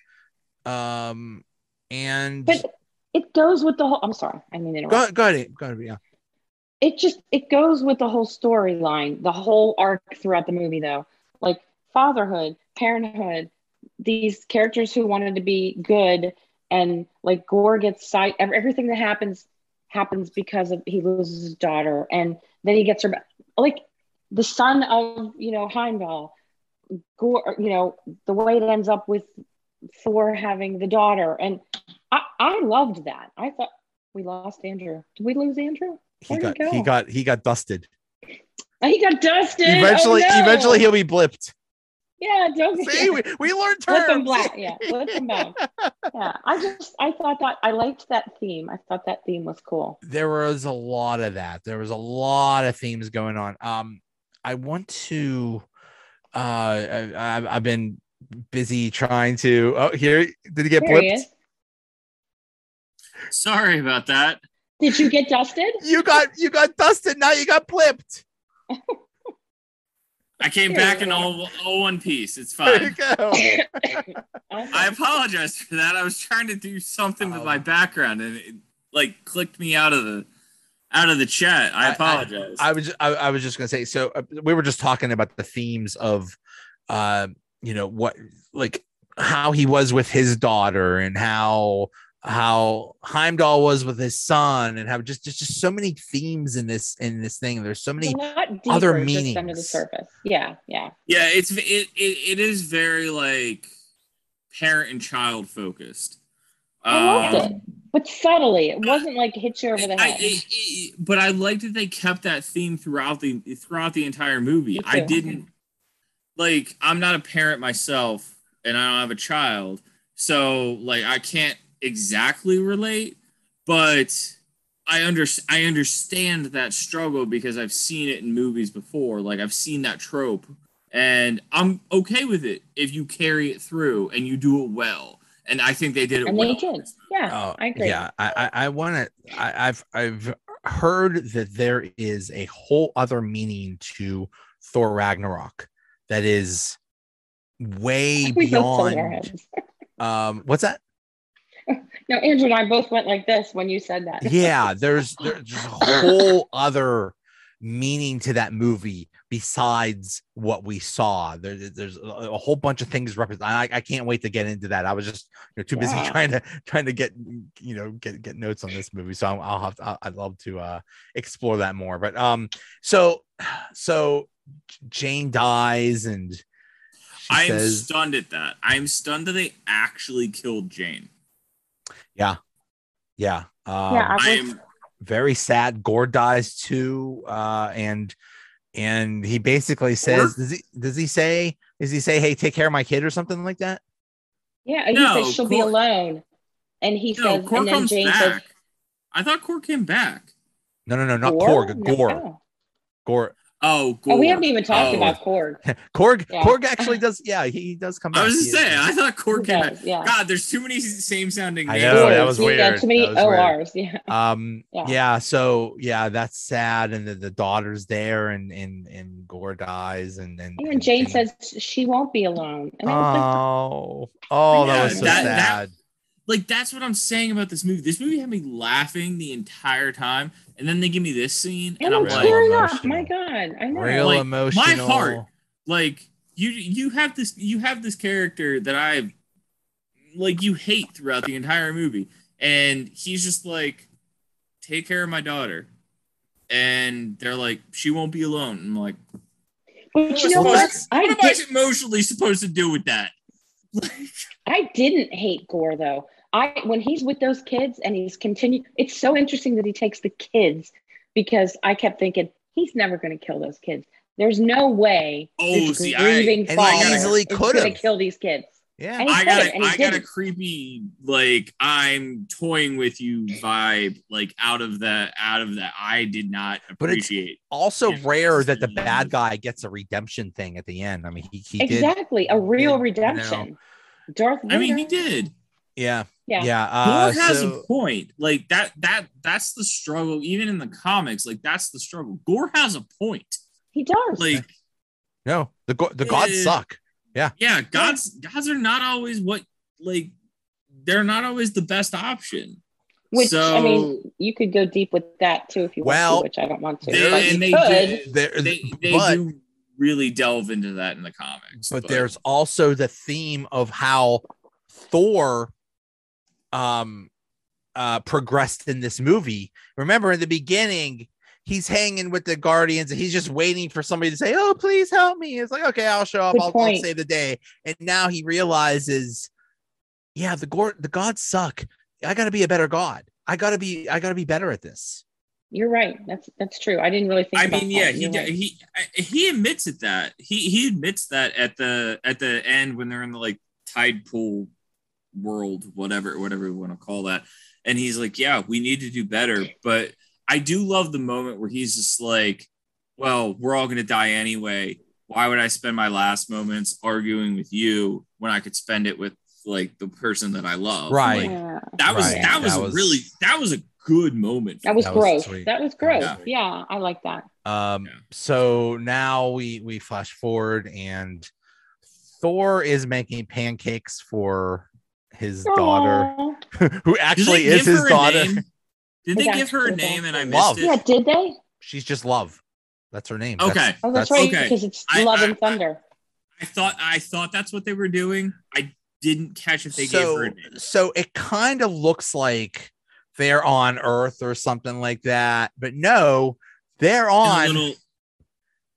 Speaker 1: um and
Speaker 3: But it goes with the whole. I'm sorry, I mean, to interrupt.
Speaker 1: go, go ahead go ahead yeah
Speaker 3: it just it goes with the whole storyline, the whole arc throughout the movie, though. Like fatherhood, parenthood, these characters who wanted to be good, and like Gore gets side. ev- Everything that happens happens because of he loses his daughter, and then he gets her back. Like the son of you know Heimdall, Gore. You know the way it ends up with Thor having the daughter, and I I loved that. I thought we lost Andrew. Did we lose Andrew?
Speaker 1: he got
Speaker 3: Where'd he
Speaker 1: he
Speaker 3: go?
Speaker 1: got he got dusted
Speaker 3: He got dusted.
Speaker 1: eventually
Speaker 3: Oh, no.
Speaker 1: eventually he'll be blipped
Speaker 3: Yeah, don't
Speaker 1: See, we, we learned terms.
Speaker 3: Let's unblack. Yeah, let's unblack. Yeah, I just I thought that I liked that theme. I thought that theme was cool.
Speaker 1: there was a lot of that. There was a lot of themes going on. Um, I want to. Uh, I, I've, I've been busy trying to. Oh, here did he get
Speaker 3: There he
Speaker 1: blipped?
Speaker 3: is.
Speaker 2: Sorry about that.
Speaker 3: Did you get dusted?
Speaker 1: You got you got dusted. Now you got blipped.
Speaker 2: I came
Speaker 3: Here
Speaker 2: back
Speaker 3: you
Speaker 2: in
Speaker 3: are.
Speaker 2: all, all one piece. It's
Speaker 1: There you
Speaker 2: fine.
Speaker 1: go.
Speaker 2: I
Speaker 3: Okay.
Speaker 2: apologize for that. I was trying to do something with
Speaker 1: Oh.
Speaker 2: my background and it like clicked me out of the out of the chat.
Speaker 1: I-
Speaker 2: I
Speaker 1: I-
Speaker 2: apologize.
Speaker 1: I was I, I was just gonna say. So uh, we were just talking about the themes of, uh, you know what, like how he was with his daughter and how how Heimdall was with his son and how just just, just so many themes in this in this thing. There's so many.
Speaker 3: It's a
Speaker 1: other
Speaker 3: lot deeper just under the
Speaker 1: meanings.
Speaker 3: surface. Yeah, yeah.
Speaker 2: yeah, it's it, it it is very like parent and child focused. Um,
Speaker 3: I loved it. But subtly, it wasn't like hit you over the
Speaker 2: I-
Speaker 3: head.
Speaker 2: I- I- but I like that they kept that theme throughout the throughout the entire movie.
Speaker 3: Me
Speaker 2: I
Speaker 3: too.
Speaker 2: didn't like. I'm not a parent myself, and I don't have a child, so like I can't exactly relate. But I under I understand that struggle because I've seen it in movies before. Like I've seen that trope, and I'm okay with it if you carry it through and you do it well. And I think they did it
Speaker 3: and
Speaker 2: well.
Speaker 3: they did. Yeah,
Speaker 1: Oh,
Speaker 3: I agree.
Speaker 1: Yeah, I I, I want to. I've I've heard that there is a whole other meaning to Thor Ragnarok that is way
Speaker 3: we both pulled our
Speaker 1: beyond.
Speaker 3: heads.
Speaker 1: Um, what's that?
Speaker 3: No, Andrew and I both went like this when you said that.
Speaker 1: yeah there's there's a whole other meaning to that movie besides what we saw there, there's a, a whole bunch of things represented I, I can't wait to get into that i was just you know, too busy
Speaker 3: Yeah.
Speaker 1: trying to trying to get you know get get notes on this movie so I'll, I'll have to, I'll- i'd love to uh explore that more but um so so jane dies and she
Speaker 2: I'm
Speaker 1: says
Speaker 2: stunned at that. I'm stunned that they actually killed Jane.
Speaker 1: yeah um,
Speaker 3: yeah. I was,
Speaker 2: I'm
Speaker 1: very sad. Gore dies too, uh, and and he basically says, does he does he say does he say, hey, take care of my kid or something like that?
Speaker 3: yeah. He
Speaker 2: No,
Speaker 3: says she'll be
Speaker 2: Cor-
Speaker 3: alone, and he
Speaker 2: no,
Speaker 3: says,
Speaker 2: Cor
Speaker 3: and then
Speaker 2: comes
Speaker 3: Jane
Speaker 2: back.
Speaker 3: says,
Speaker 2: I thought Cor came back.
Speaker 1: No, no, no, not Korg,
Speaker 3: No.
Speaker 1: Gore,
Speaker 3: Oh.
Speaker 1: Gore,
Speaker 2: Oh,
Speaker 3: Oh, we haven't
Speaker 2: Gorg.
Speaker 3: even talked
Speaker 2: Oh.
Speaker 3: about Korg.
Speaker 1: Korg,
Speaker 3: Yeah.
Speaker 1: Korg actually does. Yeah, he, he does come.
Speaker 2: I was
Speaker 1: back.
Speaker 2: just
Speaker 1: He is-
Speaker 2: saying. I thought Cor
Speaker 3: Who
Speaker 2: came back.
Speaker 3: does? Yeah.
Speaker 2: God, there's too many same sounding
Speaker 1: I
Speaker 2: names.
Speaker 1: know, that
Speaker 3: Korg.
Speaker 1: was
Speaker 3: Yeah,
Speaker 1: weird.
Speaker 3: too many
Speaker 1: That was weird.
Speaker 3: ORs. Yeah.
Speaker 1: um yeah.
Speaker 3: Yeah.
Speaker 1: so yeah that's sad and the, the daughter's there and and and gore dies and and,
Speaker 3: And Jane says she won't be alone. And I was
Speaker 1: oh
Speaker 3: like,
Speaker 1: oh that
Speaker 3: Yeah,
Speaker 1: was so
Speaker 2: that- that-
Speaker 1: sad
Speaker 2: Like that's what I'm saying about this movie. This movie had me laughing the entire time, and then they give me this scene, and
Speaker 3: and I'm
Speaker 2: I'm
Speaker 1: Really
Speaker 2: like,
Speaker 3: tearing up.
Speaker 1: emotional.
Speaker 3: My God, I know.
Speaker 1: real
Speaker 2: Like, my
Speaker 1: emotional
Speaker 2: heart- like you you have this you have this character that I like you hate throughout the entire movie and he's just like take care of my daughter and they're like she won't be alone I'm like
Speaker 3: But you know
Speaker 1: Well,
Speaker 3: what?
Speaker 1: that's-
Speaker 3: I
Speaker 2: what am
Speaker 3: did,
Speaker 2: I emotionally supposed to do with that
Speaker 3: I didn't hate Gore though. I when he's with those kids and he's continue. It's so interesting that he takes the kids because I kept thinking he's never going to kill those kids. There's no way.
Speaker 2: Oh,
Speaker 3: this
Speaker 2: see, I-
Speaker 3: grieving
Speaker 1: And he
Speaker 3: father
Speaker 1: easily
Speaker 3: is
Speaker 1: could've.
Speaker 3: gonna kill these kids.
Speaker 1: yeah
Speaker 3: And he
Speaker 2: I
Speaker 3: said
Speaker 2: got
Speaker 3: it,
Speaker 2: a,
Speaker 3: and he
Speaker 2: I got a
Speaker 3: didn't.
Speaker 2: creepy like I'm toying with you vibe like out of that out of that I did not
Speaker 1: But it's-
Speaker 2: appreciate
Speaker 1: also
Speaker 2: Yeah.
Speaker 1: rare that the bad guy gets a redemption thing at the end. I mean, he, he did.
Speaker 3: Exactly, a real
Speaker 1: did, you
Speaker 3: redemption. Darth.
Speaker 2: I mean he
Speaker 3: Vader-
Speaker 2: did
Speaker 1: Yeah.
Speaker 3: Yeah.
Speaker 1: Yeah. Uh,
Speaker 2: Gore has
Speaker 1: so-
Speaker 2: a point. Like that that that's the struggle even in the comics. Like that's the struggle. Gore has a point.
Speaker 3: He does.
Speaker 2: Like
Speaker 1: no, the, go- the gods
Speaker 2: Uh,
Speaker 1: suck.
Speaker 2: yeah, gods gods are not always what like they're not always the best option.
Speaker 3: Which
Speaker 2: so
Speaker 3: I mean, you could go deep with that too if you
Speaker 1: Well,
Speaker 3: want to, which I don't want to.
Speaker 2: they,
Speaker 3: but you
Speaker 2: and they
Speaker 3: could.
Speaker 2: do,
Speaker 1: There,
Speaker 2: they, they
Speaker 1: Uh, but,
Speaker 2: do really delve into that in the comics.
Speaker 1: but there's also the theme of how Thor um, uh, progressed in this movie. Remember in the beginning, he's hanging with the Guardians and he's just waiting for somebody to say, Oh, please help me. It's like, okay, I'll show up.
Speaker 3: Good
Speaker 1: I'll, I'll
Speaker 3: point.
Speaker 1: save the day. And now he realizes, yeah, the gore, the gods suck. I gotta be a better god. I gotta be, I gotta be better at this.
Speaker 3: You're right. That's that's true. I didn't really think.
Speaker 2: I
Speaker 3: about
Speaker 2: mean, yeah,
Speaker 3: that.
Speaker 2: he
Speaker 3: You're right.
Speaker 2: he I- he admits it that he he admits that at the at the end when they're in the like tide pool world, whatever whatever you want to call that, and he's like, yeah, we need to do better. But I do love the moment where he's just like, well, we're all gonna die anyway. Why would I spend my last moments arguing with you when I could spend it with like the person that I love?
Speaker 1: Right.
Speaker 2: Like,
Speaker 3: Yeah.
Speaker 2: that was
Speaker 1: Right.
Speaker 2: that was,
Speaker 1: That
Speaker 2: a
Speaker 1: was-
Speaker 2: really that was a good moment.
Speaker 3: That was
Speaker 1: That was
Speaker 3: gross.
Speaker 1: sweet.
Speaker 3: that was gross.
Speaker 2: Yeah.
Speaker 3: Yeah. I like that.
Speaker 1: Um,
Speaker 2: Yeah.
Speaker 1: so now we we flash forward and Thor is making pancakes for his daughter,
Speaker 3: Aw.
Speaker 1: who
Speaker 2: Did they
Speaker 1: actually
Speaker 2: give
Speaker 1: is his
Speaker 2: her a
Speaker 1: daughter.
Speaker 2: name? Did they
Speaker 3: Yeah.
Speaker 2: give her a name and I missed
Speaker 1: Love.
Speaker 2: it?
Speaker 3: Yeah, did they?
Speaker 1: She's just love. That's her name. That's-
Speaker 2: Okay.
Speaker 3: Oh, that's,
Speaker 1: That's-
Speaker 3: right.
Speaker 2: Okay.
Speaker 3: Because it's
Speaker 2: I-
Speaker 3: love
Speaker 2: I-
Speaker 3: and thunder.
Speaker 2: I thought I thought that's what they were doing. I didn't catch if they gave her a
Speaker 1: so
Speaker 2: name.
Speaker 1: so it kind of looks like they're on Earth or something like that, but no, they're on
Speaker 2: In the little-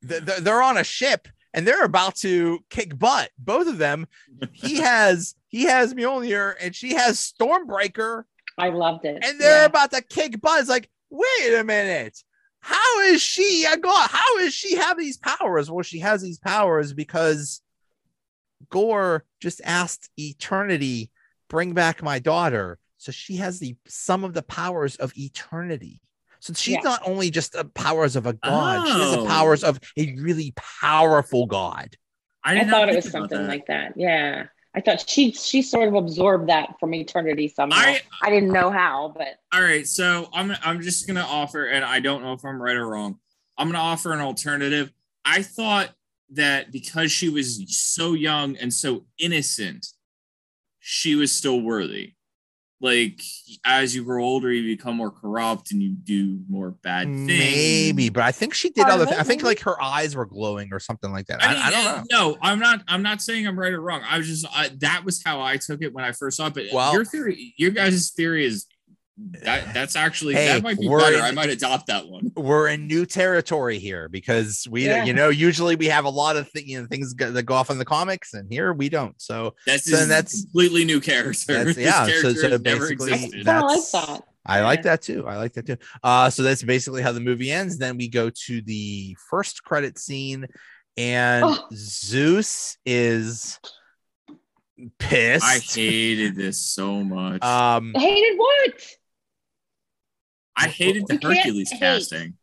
Speaker 1: th- th- they're on a ship and they're about to kick butt. Both of them. He has he has Mjolnir and she has Stormbreaker.
Speaker 3: I loved it.
Speaker 1: and they're
Speaker 3: Yeah.
Speaker 1: about to kick butt. It's like, wait a minute. How is she a god? How is she have these powers? Well, she has these powers because Gore just asked Eternity, bring back my daughter. So she has the some of the powers of eternity. So she's
Speaker 3: Yeah.
Speaker 1: not only just the powers of a god, she has
Speaker 2: Oh.
Speaker 1: the powers of a really powerful god.
Speaker 2: I,
Speaker 3: I,
Speaker 2: did not
Speaker 3: thought it
Speaker 2: think
Speaker 3: was
Speaker 2: about
Speaker 3: something
Speaker 2: that.
Speaker 3: like that. Yeah. I thought she she sort of absorbed that from eternity somehow.
Speaker 2: I-
Speaker 3: I, didn't know how, but
Speaker 2: All right, so I'm I'm just gonna offer, and I don't know if I'm right or wrong. I'm gonna offer an alternative. I thought that because she was so young and so innocent, she was still worthy. Like as you grow older, you become more corrupt and you do more bad things.
Speaker 1: Maybe, but I think she did
Speaker 3: Or
Speaker 1: other things. I think
Speaker 3: maybe-
Speaker 1: like her eyes were glowing or something like that. I,
Speaker 2: mean,
Speaker 1: I don't
Speaker 2: uh,
Speaker 1: know.
Speaker 2: No, I'm not. I'm not saying I'm right or wrong. I was just I, that was how I took it when I first saw it. But
Speaker 1: Well-
Speaker 2: your theory, your guys' theory is that that's actually
Speaker 1: Hey,
Speaker 2: that might be
Speaker 1: we're
Speaker 2: better.
Speaker 1: in-
Speaker 2: I might adopt that one.
Speaker 1: we're in new territory here because we
Speaker 3: Yeah.
Speaker 1: you know usually we have a lot of th- you know, things go- that go off in the comics and here we don't so
Speaker 2: That's
Speaker 1: So
Speaker 2: is
Speaker 1: that's-
Speaker 2: completely new character.
Speaker 1: that's-
Speaker 2: This
Speaker 1: yeah, so-
Speaker 2: character
Speaker 1: so
Speaker 2: has never
Speaker 1: basically
Speaker 2: existed.
Speaker 3: I like
Speaker 1: That's-
Speaker 3: that.
Speaker 1: i like that too i like that too uh so that's basically how the movie ends then we go to the first credit scene and
Speaker 3: Oh.
Speaker 1: zeus is
Speaker 2: I
Speaker 1: pissed
Speaker 2: hated this so much.
Speaker 1: um
Speaker 3: Hated what?
Speaker 2: I hated the
Speaker 3: You can't
Speaker 2: Hercules
Speaker 3: hate.
Speaker 2: casting.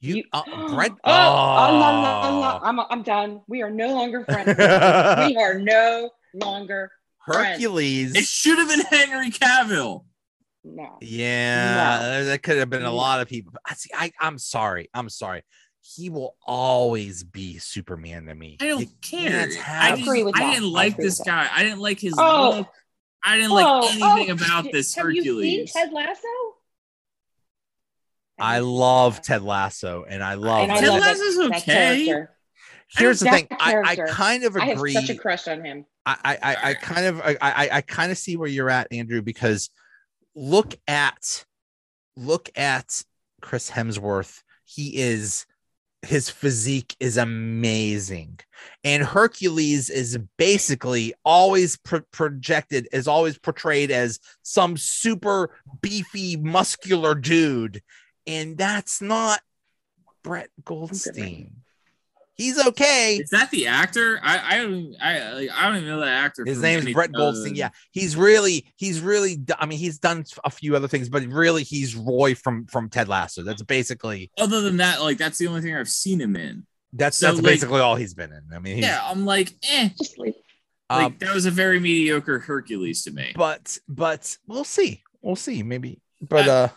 Speaker 1: you, uh, Brett
Speaker 3: Oh, I'm, not, I'm, not- I'm, I'm done. We are no longer friends. we are no longer
Speaker 1: oh, hercules
Speaker 2: It should have been Henry Cavill.
Speaker 3: no.
Speaker 1: Yeah,
Speaker 3: No.
Speaker 1: there- there could have been a
Speaker 3: No.
Speaker 1: lot of people. I see. I, I'm sorry. I'm sorry. He will always be Superman to me.
Speaker 2: I don't
Speaker 1: You
Speaker 2: care.
Speaker 1: can't
Speaker 2: I,
Speaker 1: have-
Speaker 2: just,
Speaker 3: agree with
Speaker 2: I
Speaker 3: that.
Speaker 2: didn't
Speaker 3: I
Speaker 2: like
Speaker 3: agree
Speaker 2: this
Speaker 3: with
Speaker 2: guy. I didn't like his
Speaker 3: Oh.
Speaker 2: look. I didn't like
Speaker 3: Oh,
Speaker 2: anything
Speaker 3: oh,
Speaker 2: about
Speaker 3: shit.
Speaker 2: this
Speaker 3: Have you seen
Speaker 2: Hercules.
Speaker 3: Ted Lasso?
Speaker 1: I love Ted Lasso, and I love.
Speaker 3: And I
Speaker 1: it.
Speaker 2: Ted
Speaker 3: love that-
Speaker 2: Lasso's
Speaker 3: that
Speaker 2: okay.
Speaker 3: character.
Speaker 1: Here's the
Speaker 3: that
Speaker 1: thing. I, I
Speaker 3: character.
Speaker 1: kind of
Speaker 3: I have
Speaker 1: agree.
Speaker 3: such a crush on him.
Speaker 1: I, I, I, I kind of I, I, I kind of see where you're at, Andrew, because look at look at Chris Hemsworth. He is his physique is amazing. And Hercules is basically always pro- projected, is always portrayed as some super beefy, muscular dude. And that's not Brett Goldstein. He's okay.
Speaker 2: Is that the actor? I I don't I like, I don't even know that actor.
Speaker 1: His
Speaker 2: from
Speaker 1: name is
Speaker 2: anything
Speaker 1: Brett
Speaker 2: other
Speaker 1: Goldstein.
Speaker 2: than-
Speaker 1: Yeah, he's really, he's really. d- I mean, he's done a few other things, but really, he's Roy from from Ted Lasso. That's basically
Speaker 2: Other than that, like that's the only thing I've seen him in.
Speaker 1: that's
Speaker 2: So,
Speaker 1: that's
Speaker 2: like-
Speaker 1: basically all he's been in. I mean, he's,
Speaker 2: Yeah, I'm like, eh.
Speaker 3: Just leave.
Speaker 2: Like
Speaker 1: um,
Speaker 2: that was a very mediocre Hercules to me.
Speaker 1: but but we'll see, we'll see, maybe. But
Speaker 2: Uh,
Speaker 1: uh,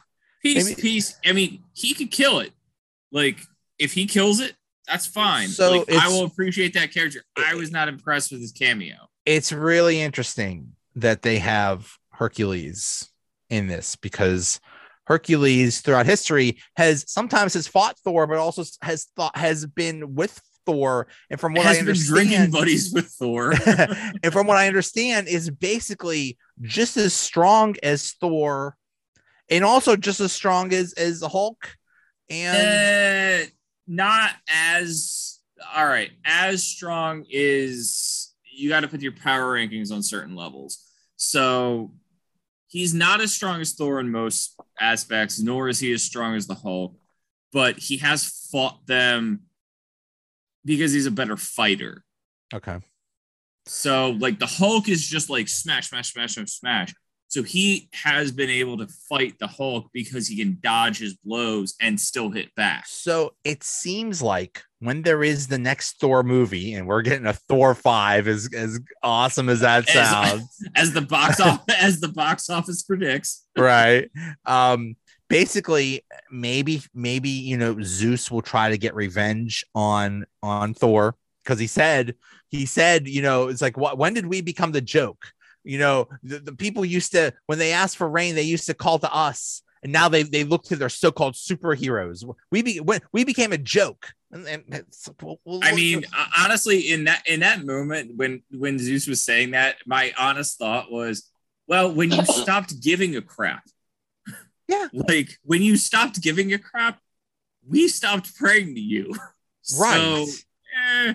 Speaker 2: Peace,
Speaker 1: maybe-
Speaker 2: peace. I mean, he could kill it. Like if he kills it, that's fine.
Speaker 1: So
Speaker 2: like, I
Speaker 1: it's-
Speaker 2: will appreciate that character. I was not impressed with his cameo.
Speaker 1: it's really interesting that they have Hercules in this because Hercules throughout history has sometimes has fought Thor, but also has thought has been with Thor. And from what
Speaker 2: has
Speaker 1: I
Speaker 2: been
Speaker 1: understand,
Speaker 2: drinking buddies with Thor.
Speaker 1: and from what I understand, is basically just as strong as Thor, and also just as strong as as the Hulk. And
Speaker 2: Uh, not as all right as strong is you got to put your power rankings on certain levels so he's not as strong as Thor in most aspects, nor is he as strong as the Hulk, but he has fought them because he's a better fighter.
Speaker 1: Okay.
Speaker 2: So like the Hulk is just like smash, smash, smash, smash, smash. So he has been able to fight the Hulk because he can dodge his blows and still hit back.
Speaker 1: So it seems like when there is the next Thor movie, and we're getting a Thor five, as as awesome as that
Speaker 2: As-
Speaker 1: sounds,
Speaker 2: As the box off, as the box office predicts.
Speaker 1: right? Um, basically, maybe maybe you know Zeus will try to get revenge on on Thor because he said he said you know it's like what when did we become the joke? You know the, the people used to when they asked for rain they used to call to us. And now they, they look to their so-called superheroes. We be, when, we became a joke. And, and it's- well, well,
Speaker 2: I mean, uh, honestly, in that in that moment when when Zeus was saying that, my honest thought was, well, when you stopped giving a crap,
Speaker 1: Yeah.
Speaker 2: like when you stopped giving a crap, we stopped praying to you,
Speaker 1: right?
Speaker 2: So, eh,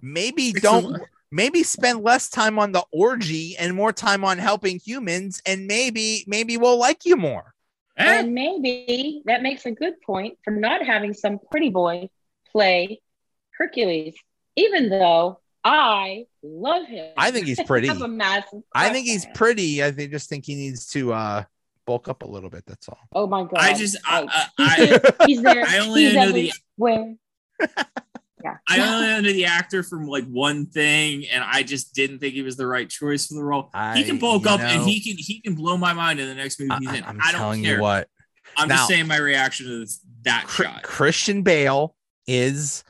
Speaker 1: maybe
Speaker 2: Fix
Speaker 1: don't
Speaker 2: it.
Speaker 1: maybe spend less time on the orgy and more time on helping humans and maybe maybe we'll like you more
Speaker 2: eh.
Speaker 3: And maybe that makes a good point for not having some pretty boy play Hercules, even though I love him.
Speaker 1: i think he's pretty
Speaker 3: have a massive
Speaker 1: i
Speaker 3: crush
Speaker 1: think he's
Speaker 3: on him.
Speaker 1: pretty i think just think he needs to uh bulk up a little bit that's all
Speaker 3: Oh my god!
Speaker 2: I just I,
Speaker 3: Like,
Speaker 2: I, I
Speaker 3: he's there.
Speaker 2: I only
Speaker 3: he's
Speaker 2: know the-
Speaker 3: everywhere. yeah.
Speaker 2: I only know the actor from like one thing, and I just didn't think he was the right choice for the role.
Speaker 1: I-
Speaker 2: he can bulk
Speaker 1: you
Speaker 2: up, and
Speaker 1: know-
Speaker 2: he can he can blow my mind in the next movie
Speaker 1: I,
Speaker 2: he's in.
Speaker 1: am
Speaker 2: I don't
Speaker 1: telling
Speaker 2: care.
Speaker 1: you what
Speaker 2: I'm
Speaker 1: Now-
Speaker 2: just saying my reaction to this, that
Speaker 1: Cr-
Speaker 2: shot.
Speaker 1: christian bale is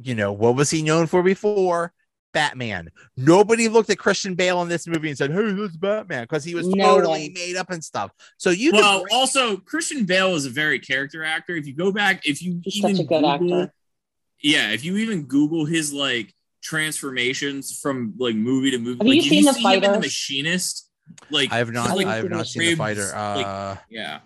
Speaker 1: you know what was he known for before batman nobody looked at christian bale in this movie and said hey that's batman because he was
Speaker 3: No
Speaker 1: totally
Speaker 3: one.
Speaker 1: made up and stuff so you could
Speaker 2: well, also Christian Bale is a very character actor. If you go back, if you
Speaker 3: He's
Speaker 2: even
Speaker 3: such a good
Speaker 2: Google,
Speaker 3: actor.
Speaker 2: yeah, if you even Google his like transformations from like movie to movie,
Speaker 3: Have
Speaker 2: like,
Speaker 3: you
Speaker 2: if
Speaker 3: seen The
Speaker 2: see him in
Speaker 3: Fighter?
Speaker 2: the Machinist? Like
Speaker 1: I have not.
Speaker 2: he's, oh, like,
Speaker 1: I have not seen the
Speaker 2: ribbed,
Speaker 1: fighter.
Speaker 2: like-
Speaker 1: Uh,
Speaker 2: yeah.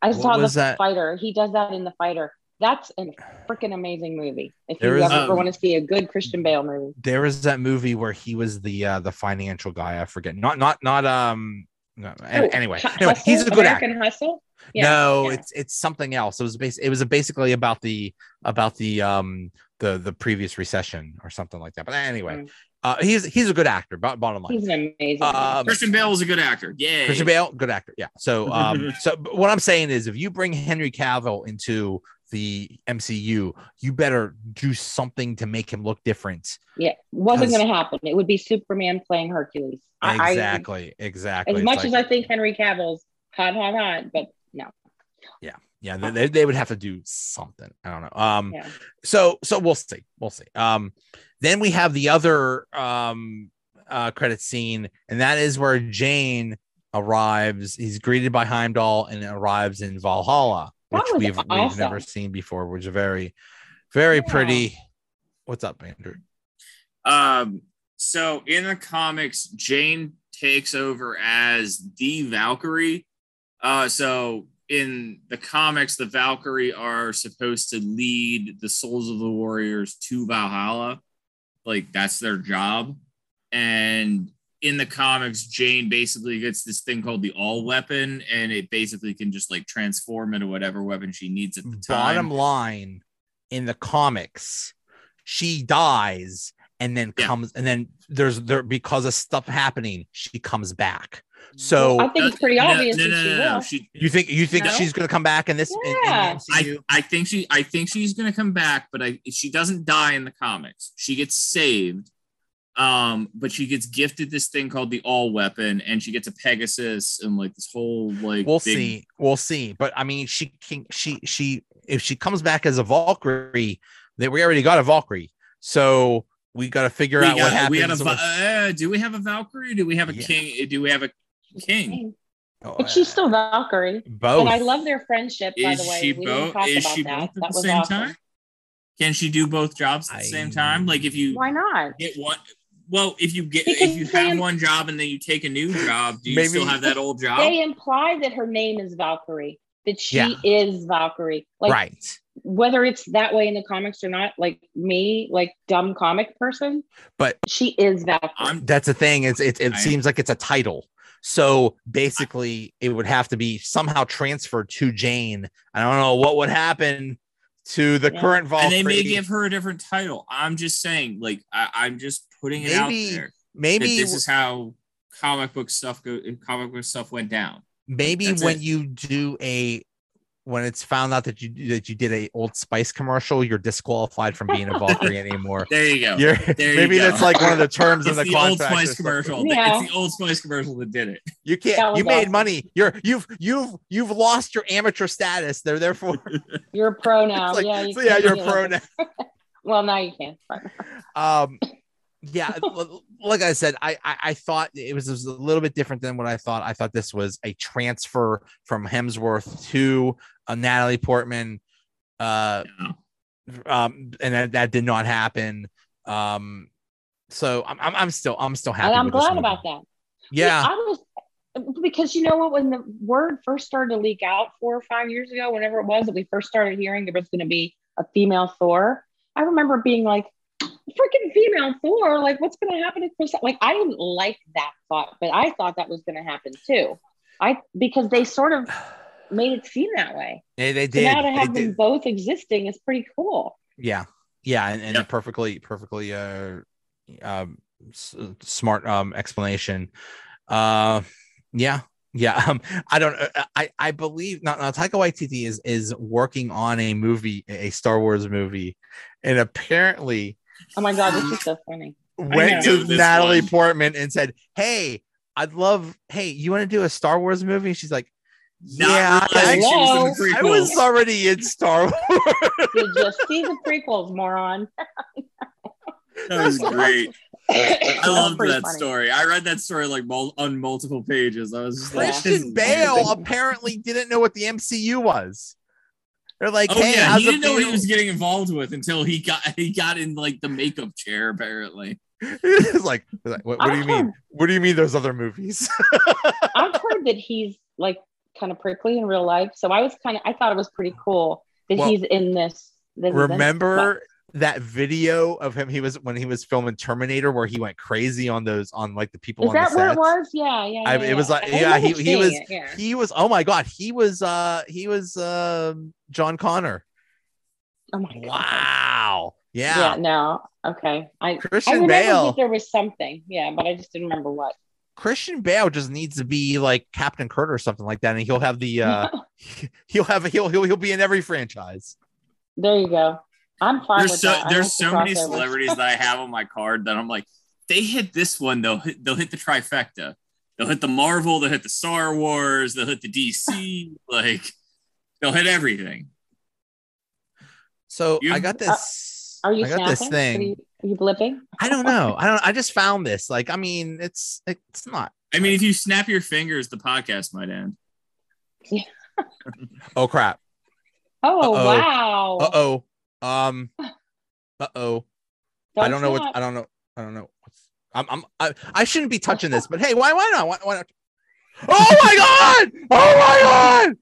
Speaker 3: I
Speaker 1: What
Speaker 3: saw the
Speaker 1: was that?
Speaker 3: fighter. He does that in the fighter. That's a freaking amazing movie. If
Speaker 1: There
Speaker 3: you
Speaker 1: is-
Speaker 3: ever
Speaker 2: Um,
Speaker 3: want to see a good Christian Bale movie,
Speaker 1: there was that movie where he was the uh, the financial guy. I forget. Not not not um. No, an-
Speaker 3: Oh,
Speaker 1: anyway,
Speaker 3: Hu-
Speaker 1: anyway, he's a
Speaker 3: Hustle?
Speaker 1: good actor.
Speaker 3: American Hustle. Yeah,
Speaker 1: no,
Speaker 3: yeah.
Speaker 1: it's it's something else. It was bas- It was basically about the about the um the the previous recession or something like that. But anyway,
Speaker 3: Mm.
Speaker 1: uh, he's he's a good actor. bo- Bottom line,
Speaker 3: He's an amazing.
Speaker 1: Um,
Speaker 2: Christian Bale is a good actor. Yeah.
Speaker 1: Christian Bale, good actor. Yeah. So, um, so but what I'm saying is, if you bring Henry Cavill into the MCU, you better do something to make him look different.
Speaker 3: yeah, wasn't
Speaker 1: 'cause-
Speaker 3: going to happen. It would be Superman playing Hercules. I- I-
Speaker 1: Exactly. exactly.
Speaker 3: as
Speaker 1: It's
Speaker 3: much
Speaker 1: like-
Speaker 3: as I think Henry Cavill's hot, hot, hot, but no.
Speaker 1: yeah, they- they, they would have to do something. I don't know. Um,
Speaker 3: Yeah.
Speaker 1: so so we'll see. We'll see. Um, then we have the other um uh credit scene, and that is where Jane arrives. He's greeted by Heimdall and arrives in Valhalla,
Speaker 3: That
Speaker 1: which
Speaker 3: was
Speaker 1: we've we've
Speaker 3: awesome.
Speaker 1: never seen before, which is very, very
Speaker 3: Yeah.
Speaker 1: pretty. What's up, Andrew?
Speaker 2: Um, so in the comics, Jane takes over as the Valkyrie. Uh, so in the comics, the Valkyrie are supposed to lead the souls of the warriors to Valhalla. Like that's their job. And in the comics, Jane basically gets this thing called the All Weapon, and it basically can just like transform into whatever weapon she needs at the time.
Speaker 1: Bottom line, in the comics, she dies and then
Speaker 2: Yeah.
Speaker 1: comes and then there's there because of stuff happening, she comes back. So
Speaker 3: I think it's pretty
Speaker 2: No,
Speaker 3: obvious
Speaker 2: no,
Speaker 3: that
Speaker 2: no,
Speaker 3: she
Speaker 2: no,
Speaker 3: will.
Speaker 2: no. She,
Speaker 1: you think you think
Speaker 3: No?
Speaker 1: she's gonna come back in this? in- in the
Speaker 3: Yeah.
Speaker 2: I,
Speaker 1: MCU?
Speaker 2: I think she I think she's gonna come back, but I she doesn't die in the comics. She gets saved. Um, but she gets gifted this thing called the all weapon, and she gets a Pegasus and like this whole like
Speaker 1: we'll
Speaker 2: big-
Speaker 1: see. We'll see. But I mean, she can she she if she comes back as a Valkyrie, that we already got a Valkyrie. So we gotta figure
Speaker 2: We
Speaker 1: out what
Speaker 2: got,
Speaker 1: happens.
Speaker 2: we got a,
Speaker 1: with-
Speaker 2: Va- uh, do we have a Valkyrie? Do we have a
Speaker 1: Yeah.
Speaker 2: king? Do we have a king?
Speaker 3: But she's still Valkyrie.
Speaker 1: Oh, both.
Speaker 3: And I love their friendship, by
Speaker 2: Is
Speaker 3: the way.
Speaker 2: she
Speaker 3: we didn't
Speaker 2: both?
Speaker 3: talk
Speaker 2: Is
Speaker 3: about
Speaker 2: she
Speaker 3: that.
Speaker 2: both
Speaker 3: that
Speaker 2: at the
Speaker 3: was
Speaker 2: same
Speaker 3: awesome.
Speaker 2: time? Can she do both jobs at the same time? Like if you
Speaker 3: Why not?
Speaker 2: get one, well, if you get
Speaker 3: She can
Speaker 2: if you
Speaker 3: stay
Speaker 2: have
Speaker 3: in-
Speaker 2: one job and then you take a new job, do you
Speaker 1: Maybe-
Speaker 2: still have that old job?
Speaker 3: They imply that her name is Valkyrie, that she
Speaker 1: Yeah.
Speaker 3: is Valkyrie. Like
Speaker 1: right.
Speaker 3: whether it's that way in the comics or not, like me, like dumb comic person,
Speaker 1: But
Speaker 3: she is Valkyrie.
Speaker 2: I'm
Speaker 1: that's the thing, is it it
Speaker 2: I-
Speaker 1: seems like it's a title. So basically, it would have to be somehow transferred to Jane. I don't know what would happen to the
Speaker 3: Yeah.
Speaker 1: current Valkyrie.
Speaker 2: and they may give her a different title. I'm just saying, like, I, I'm just putting it
Speaker 1: Maybe-
Speaker 2: out there. that
Speaker 1: maybe
Speaker 2: this is how comic book stuff go. Comic book stuff went down.
Speaker 1: maybe
Speaker 2: That's
Speaker 1: when
Speaker 2: it.
Speaker 1: you do a when it's found out that you that you did a Old Spice commercial, you're disqualified from being a Valkyrie anymore.
Speaker 2: There you go.
Speaker 1: You're,
Speaker 2: There you
Speaker 1: maybe
Speaker 2: go.
Speaker 1: that's like one of the terms
Speaker 2: It's
Speaker 1: of
Speaker 2: the,
Speaker 1: the,
Speaker 2: old
Speaker 1: contract. or
Speaker 2: Spice
Speaker 1: something.
Speaker 2: commercial.
Speaker 3: Yeah.
Speaker 2: It's the old Spice commercial that did it.
Speaker 1: You
Speaker 3: That
Speaker 1: can't.
Speaker 3: was
Speaker 1: You made
Speaker 3: awesome.
Speaker 1: money. You're you've you've you've lost your amateur status. They're therefore
Speaker 3: You're a pro now.
Speaker 1: it's like,
Speaker 3: yeah,
Speaker 1: yeah,
Speaker 3: you
Speaker 1: so yeah,
Speaker 3: can't
Speaker 1: you're
Speaker 3: do
Speaker 1: a
Speaker 3: that.
Speaker 1: pro now.
Speaker 3: Well, now you can. But
Speaker 1: um yeah l- like i said I, I i thought it was, it was a little bit different than what i thought i thought this was a transfer from hemsworth to uh, natalie portman uh
Speaker 2: No.
Speaker 1: um and that, that did not happen um so i'm i'm, I'm still i'm still happy
Speaker 3: and I'm
Speaker 1: with this
Speaker 3: glad
Speaker 1: movie.
Speaker 3: about that.
Speaker 1: yeah
Speaker 3: I was because you know what, when the word first started to leak out four or five years ago, whenever it was that we first started hearing there was going to be a female Thor, I remember being like, freaking female Thor, like what's going to happen to Chris? Like I didn't like that thought, but I thought that was going to happen too. I because they sort of made it seem that way.
Speaker 1: they, they
Speaker 3: So
Speaker 1: did,
Speaker 3: now to
Speaker 1: they
Speaker 3: have them
Speaker 1: did.
Speaker 3: both existing is pretty cool.
Speaker 1: yeah yeah and, and
Speaker 2: Yeah.
Speaker 1: a perfectly perfectly uh um s- smart um explanation uh yeah yeah um i don't i i believe not, not taika waititi is is working on a movie a star wars movie and apparently
Speaker 3: Oh my god, this is so funny.
Speaker 1: went
Speaker 2: knew
Speaker 1: to
Speaker 2: this
Speaker 1: natalie
Speaker 2: one.
Speaker 1: portman and said hey i'd love hey you want to do a star wars movie she's like
Speaker 2: Not
Speaker 1: yeah I,
Speaker 2: realizing she was in the
Speaker 1: I
Speaker 2: prequel.
Speaker 1: was already in star wars
Speaker 3: Did you see the prequels, moron?
Speaker 2: That was great. I
Speaker 3: That's
Speaker 2: love
Speaker 3: pretty
Speaker 2: that
Speaker 3: funny.
Speaker 2: story. I read that story like mul- on multiple pages. I was just like, this
Speaker 1: Christian
Speaker 2: is
Speaker 1: Bale
Speaker 2: amazing.
Speaker 1: apparently didn't know what the MCU was. They're like,
Speaker 2: Oh
Speaker 1: hey,
Speaker 2: yeah,
Speaker 1: how's
Speaker 2: he didn't
Speaker 1: it
Speaker 2: know what he
Speaker 1: feel?"
Speaker 2: was getting involved with until he got he got in like the makeup chair apparently.
Speaker 1: It's like, it's like, what, what do you
Speaker 3: I've
Speaker 1: mean? What do you mean? There's other movies?
Speaker 3: I've heard that he's like kind of prickly in real life, so I was kind of I thought it was pretty cool that
Speaker 1: Well,
Speaker 3: he's in this. this is in-
Speaker 1: Remember that video of him? He was when he was filming Terminator, where he went crazy on those on like the people.
Speaker 3: is
Speaker 1: on the
Speaker 3: that what
Speaker 1: sets.
Speaker 3: it was? Yeah, yeah.
Speaker 1: I-
Speaker 3: yeah,
Speaker 1: it was
Speaker 3: yeah.
Speaker 1: like-
Speaker 3: I
Speaker 1: yeah,
Speaker 3: remember
Speaker 1: he- he
Speaker 3: seeing
Speaker 1: was-
Speaker 3: it, yeah.
Speaker 1: He was. Oh my god, he was. uh He was um John Connor.
Speaker 3: Oh my God.
Speaker 1: Wow.
Speaker 3: Yeah.
Speaker 1: Yeah.
Speaker 3: No. Okay. I I
Speaker 1: Christian
Speaker 3: remember
Speaker 1: Bale.
Speaker 3: that there was something. Yeah, but I just didn't remember what.
Speaker 1: Christian Bale just needs to be like Captain Kurt or something like that, and he'll have the uh, he'll have he'll he'll he'll be in every franchise.
Speaker 3: there you go. I'm fine with
Speaker 2: There's so
Speaker 3: that. I like
Speaker 2: there's
Speaker 3: the
Speaker 2: so many
Speaker 3: crossovers.
Speaker 2: celebrities that I have on my card that I'm like, they hit this one they'll hit, they'll hit the trifecta. They'll hit the Marvel, they'll hit the Star Wars, they'll hit the DC, like they'll hit everything.
Speaker 1: So
Speaker 2: You-
Speaker 1: I got this.
Speaker 3: Uh, Are you
Speaker 1: I got this
Speaker 3: snapping? What Are
Speaker 1: thing.
Speaker 3: you, are you blipping?
Speaker 1: I don't know. I don't. I just found this. Like, I mean, it's it's not.
Speaker 2: I mean, if you snap your fingers, the podcast might end.
Speaker 1: Oh crap.
Speaker 3: Oh
Speaker 1: Uh-oh.
Speaker 3: wow!
Speaker 1: Uh oh. Um. Uh oh. I don't know
Speaker 3: snap.
Speaker 1: what. I don't know. I don't know. I'm. I'm. I, I shouldn't be touching this. But hey, why? Why not? Why, why not? Oh my god! Oh my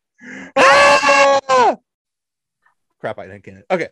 Speaker 1: god! Ah! Crap! I didn't get it. Okay.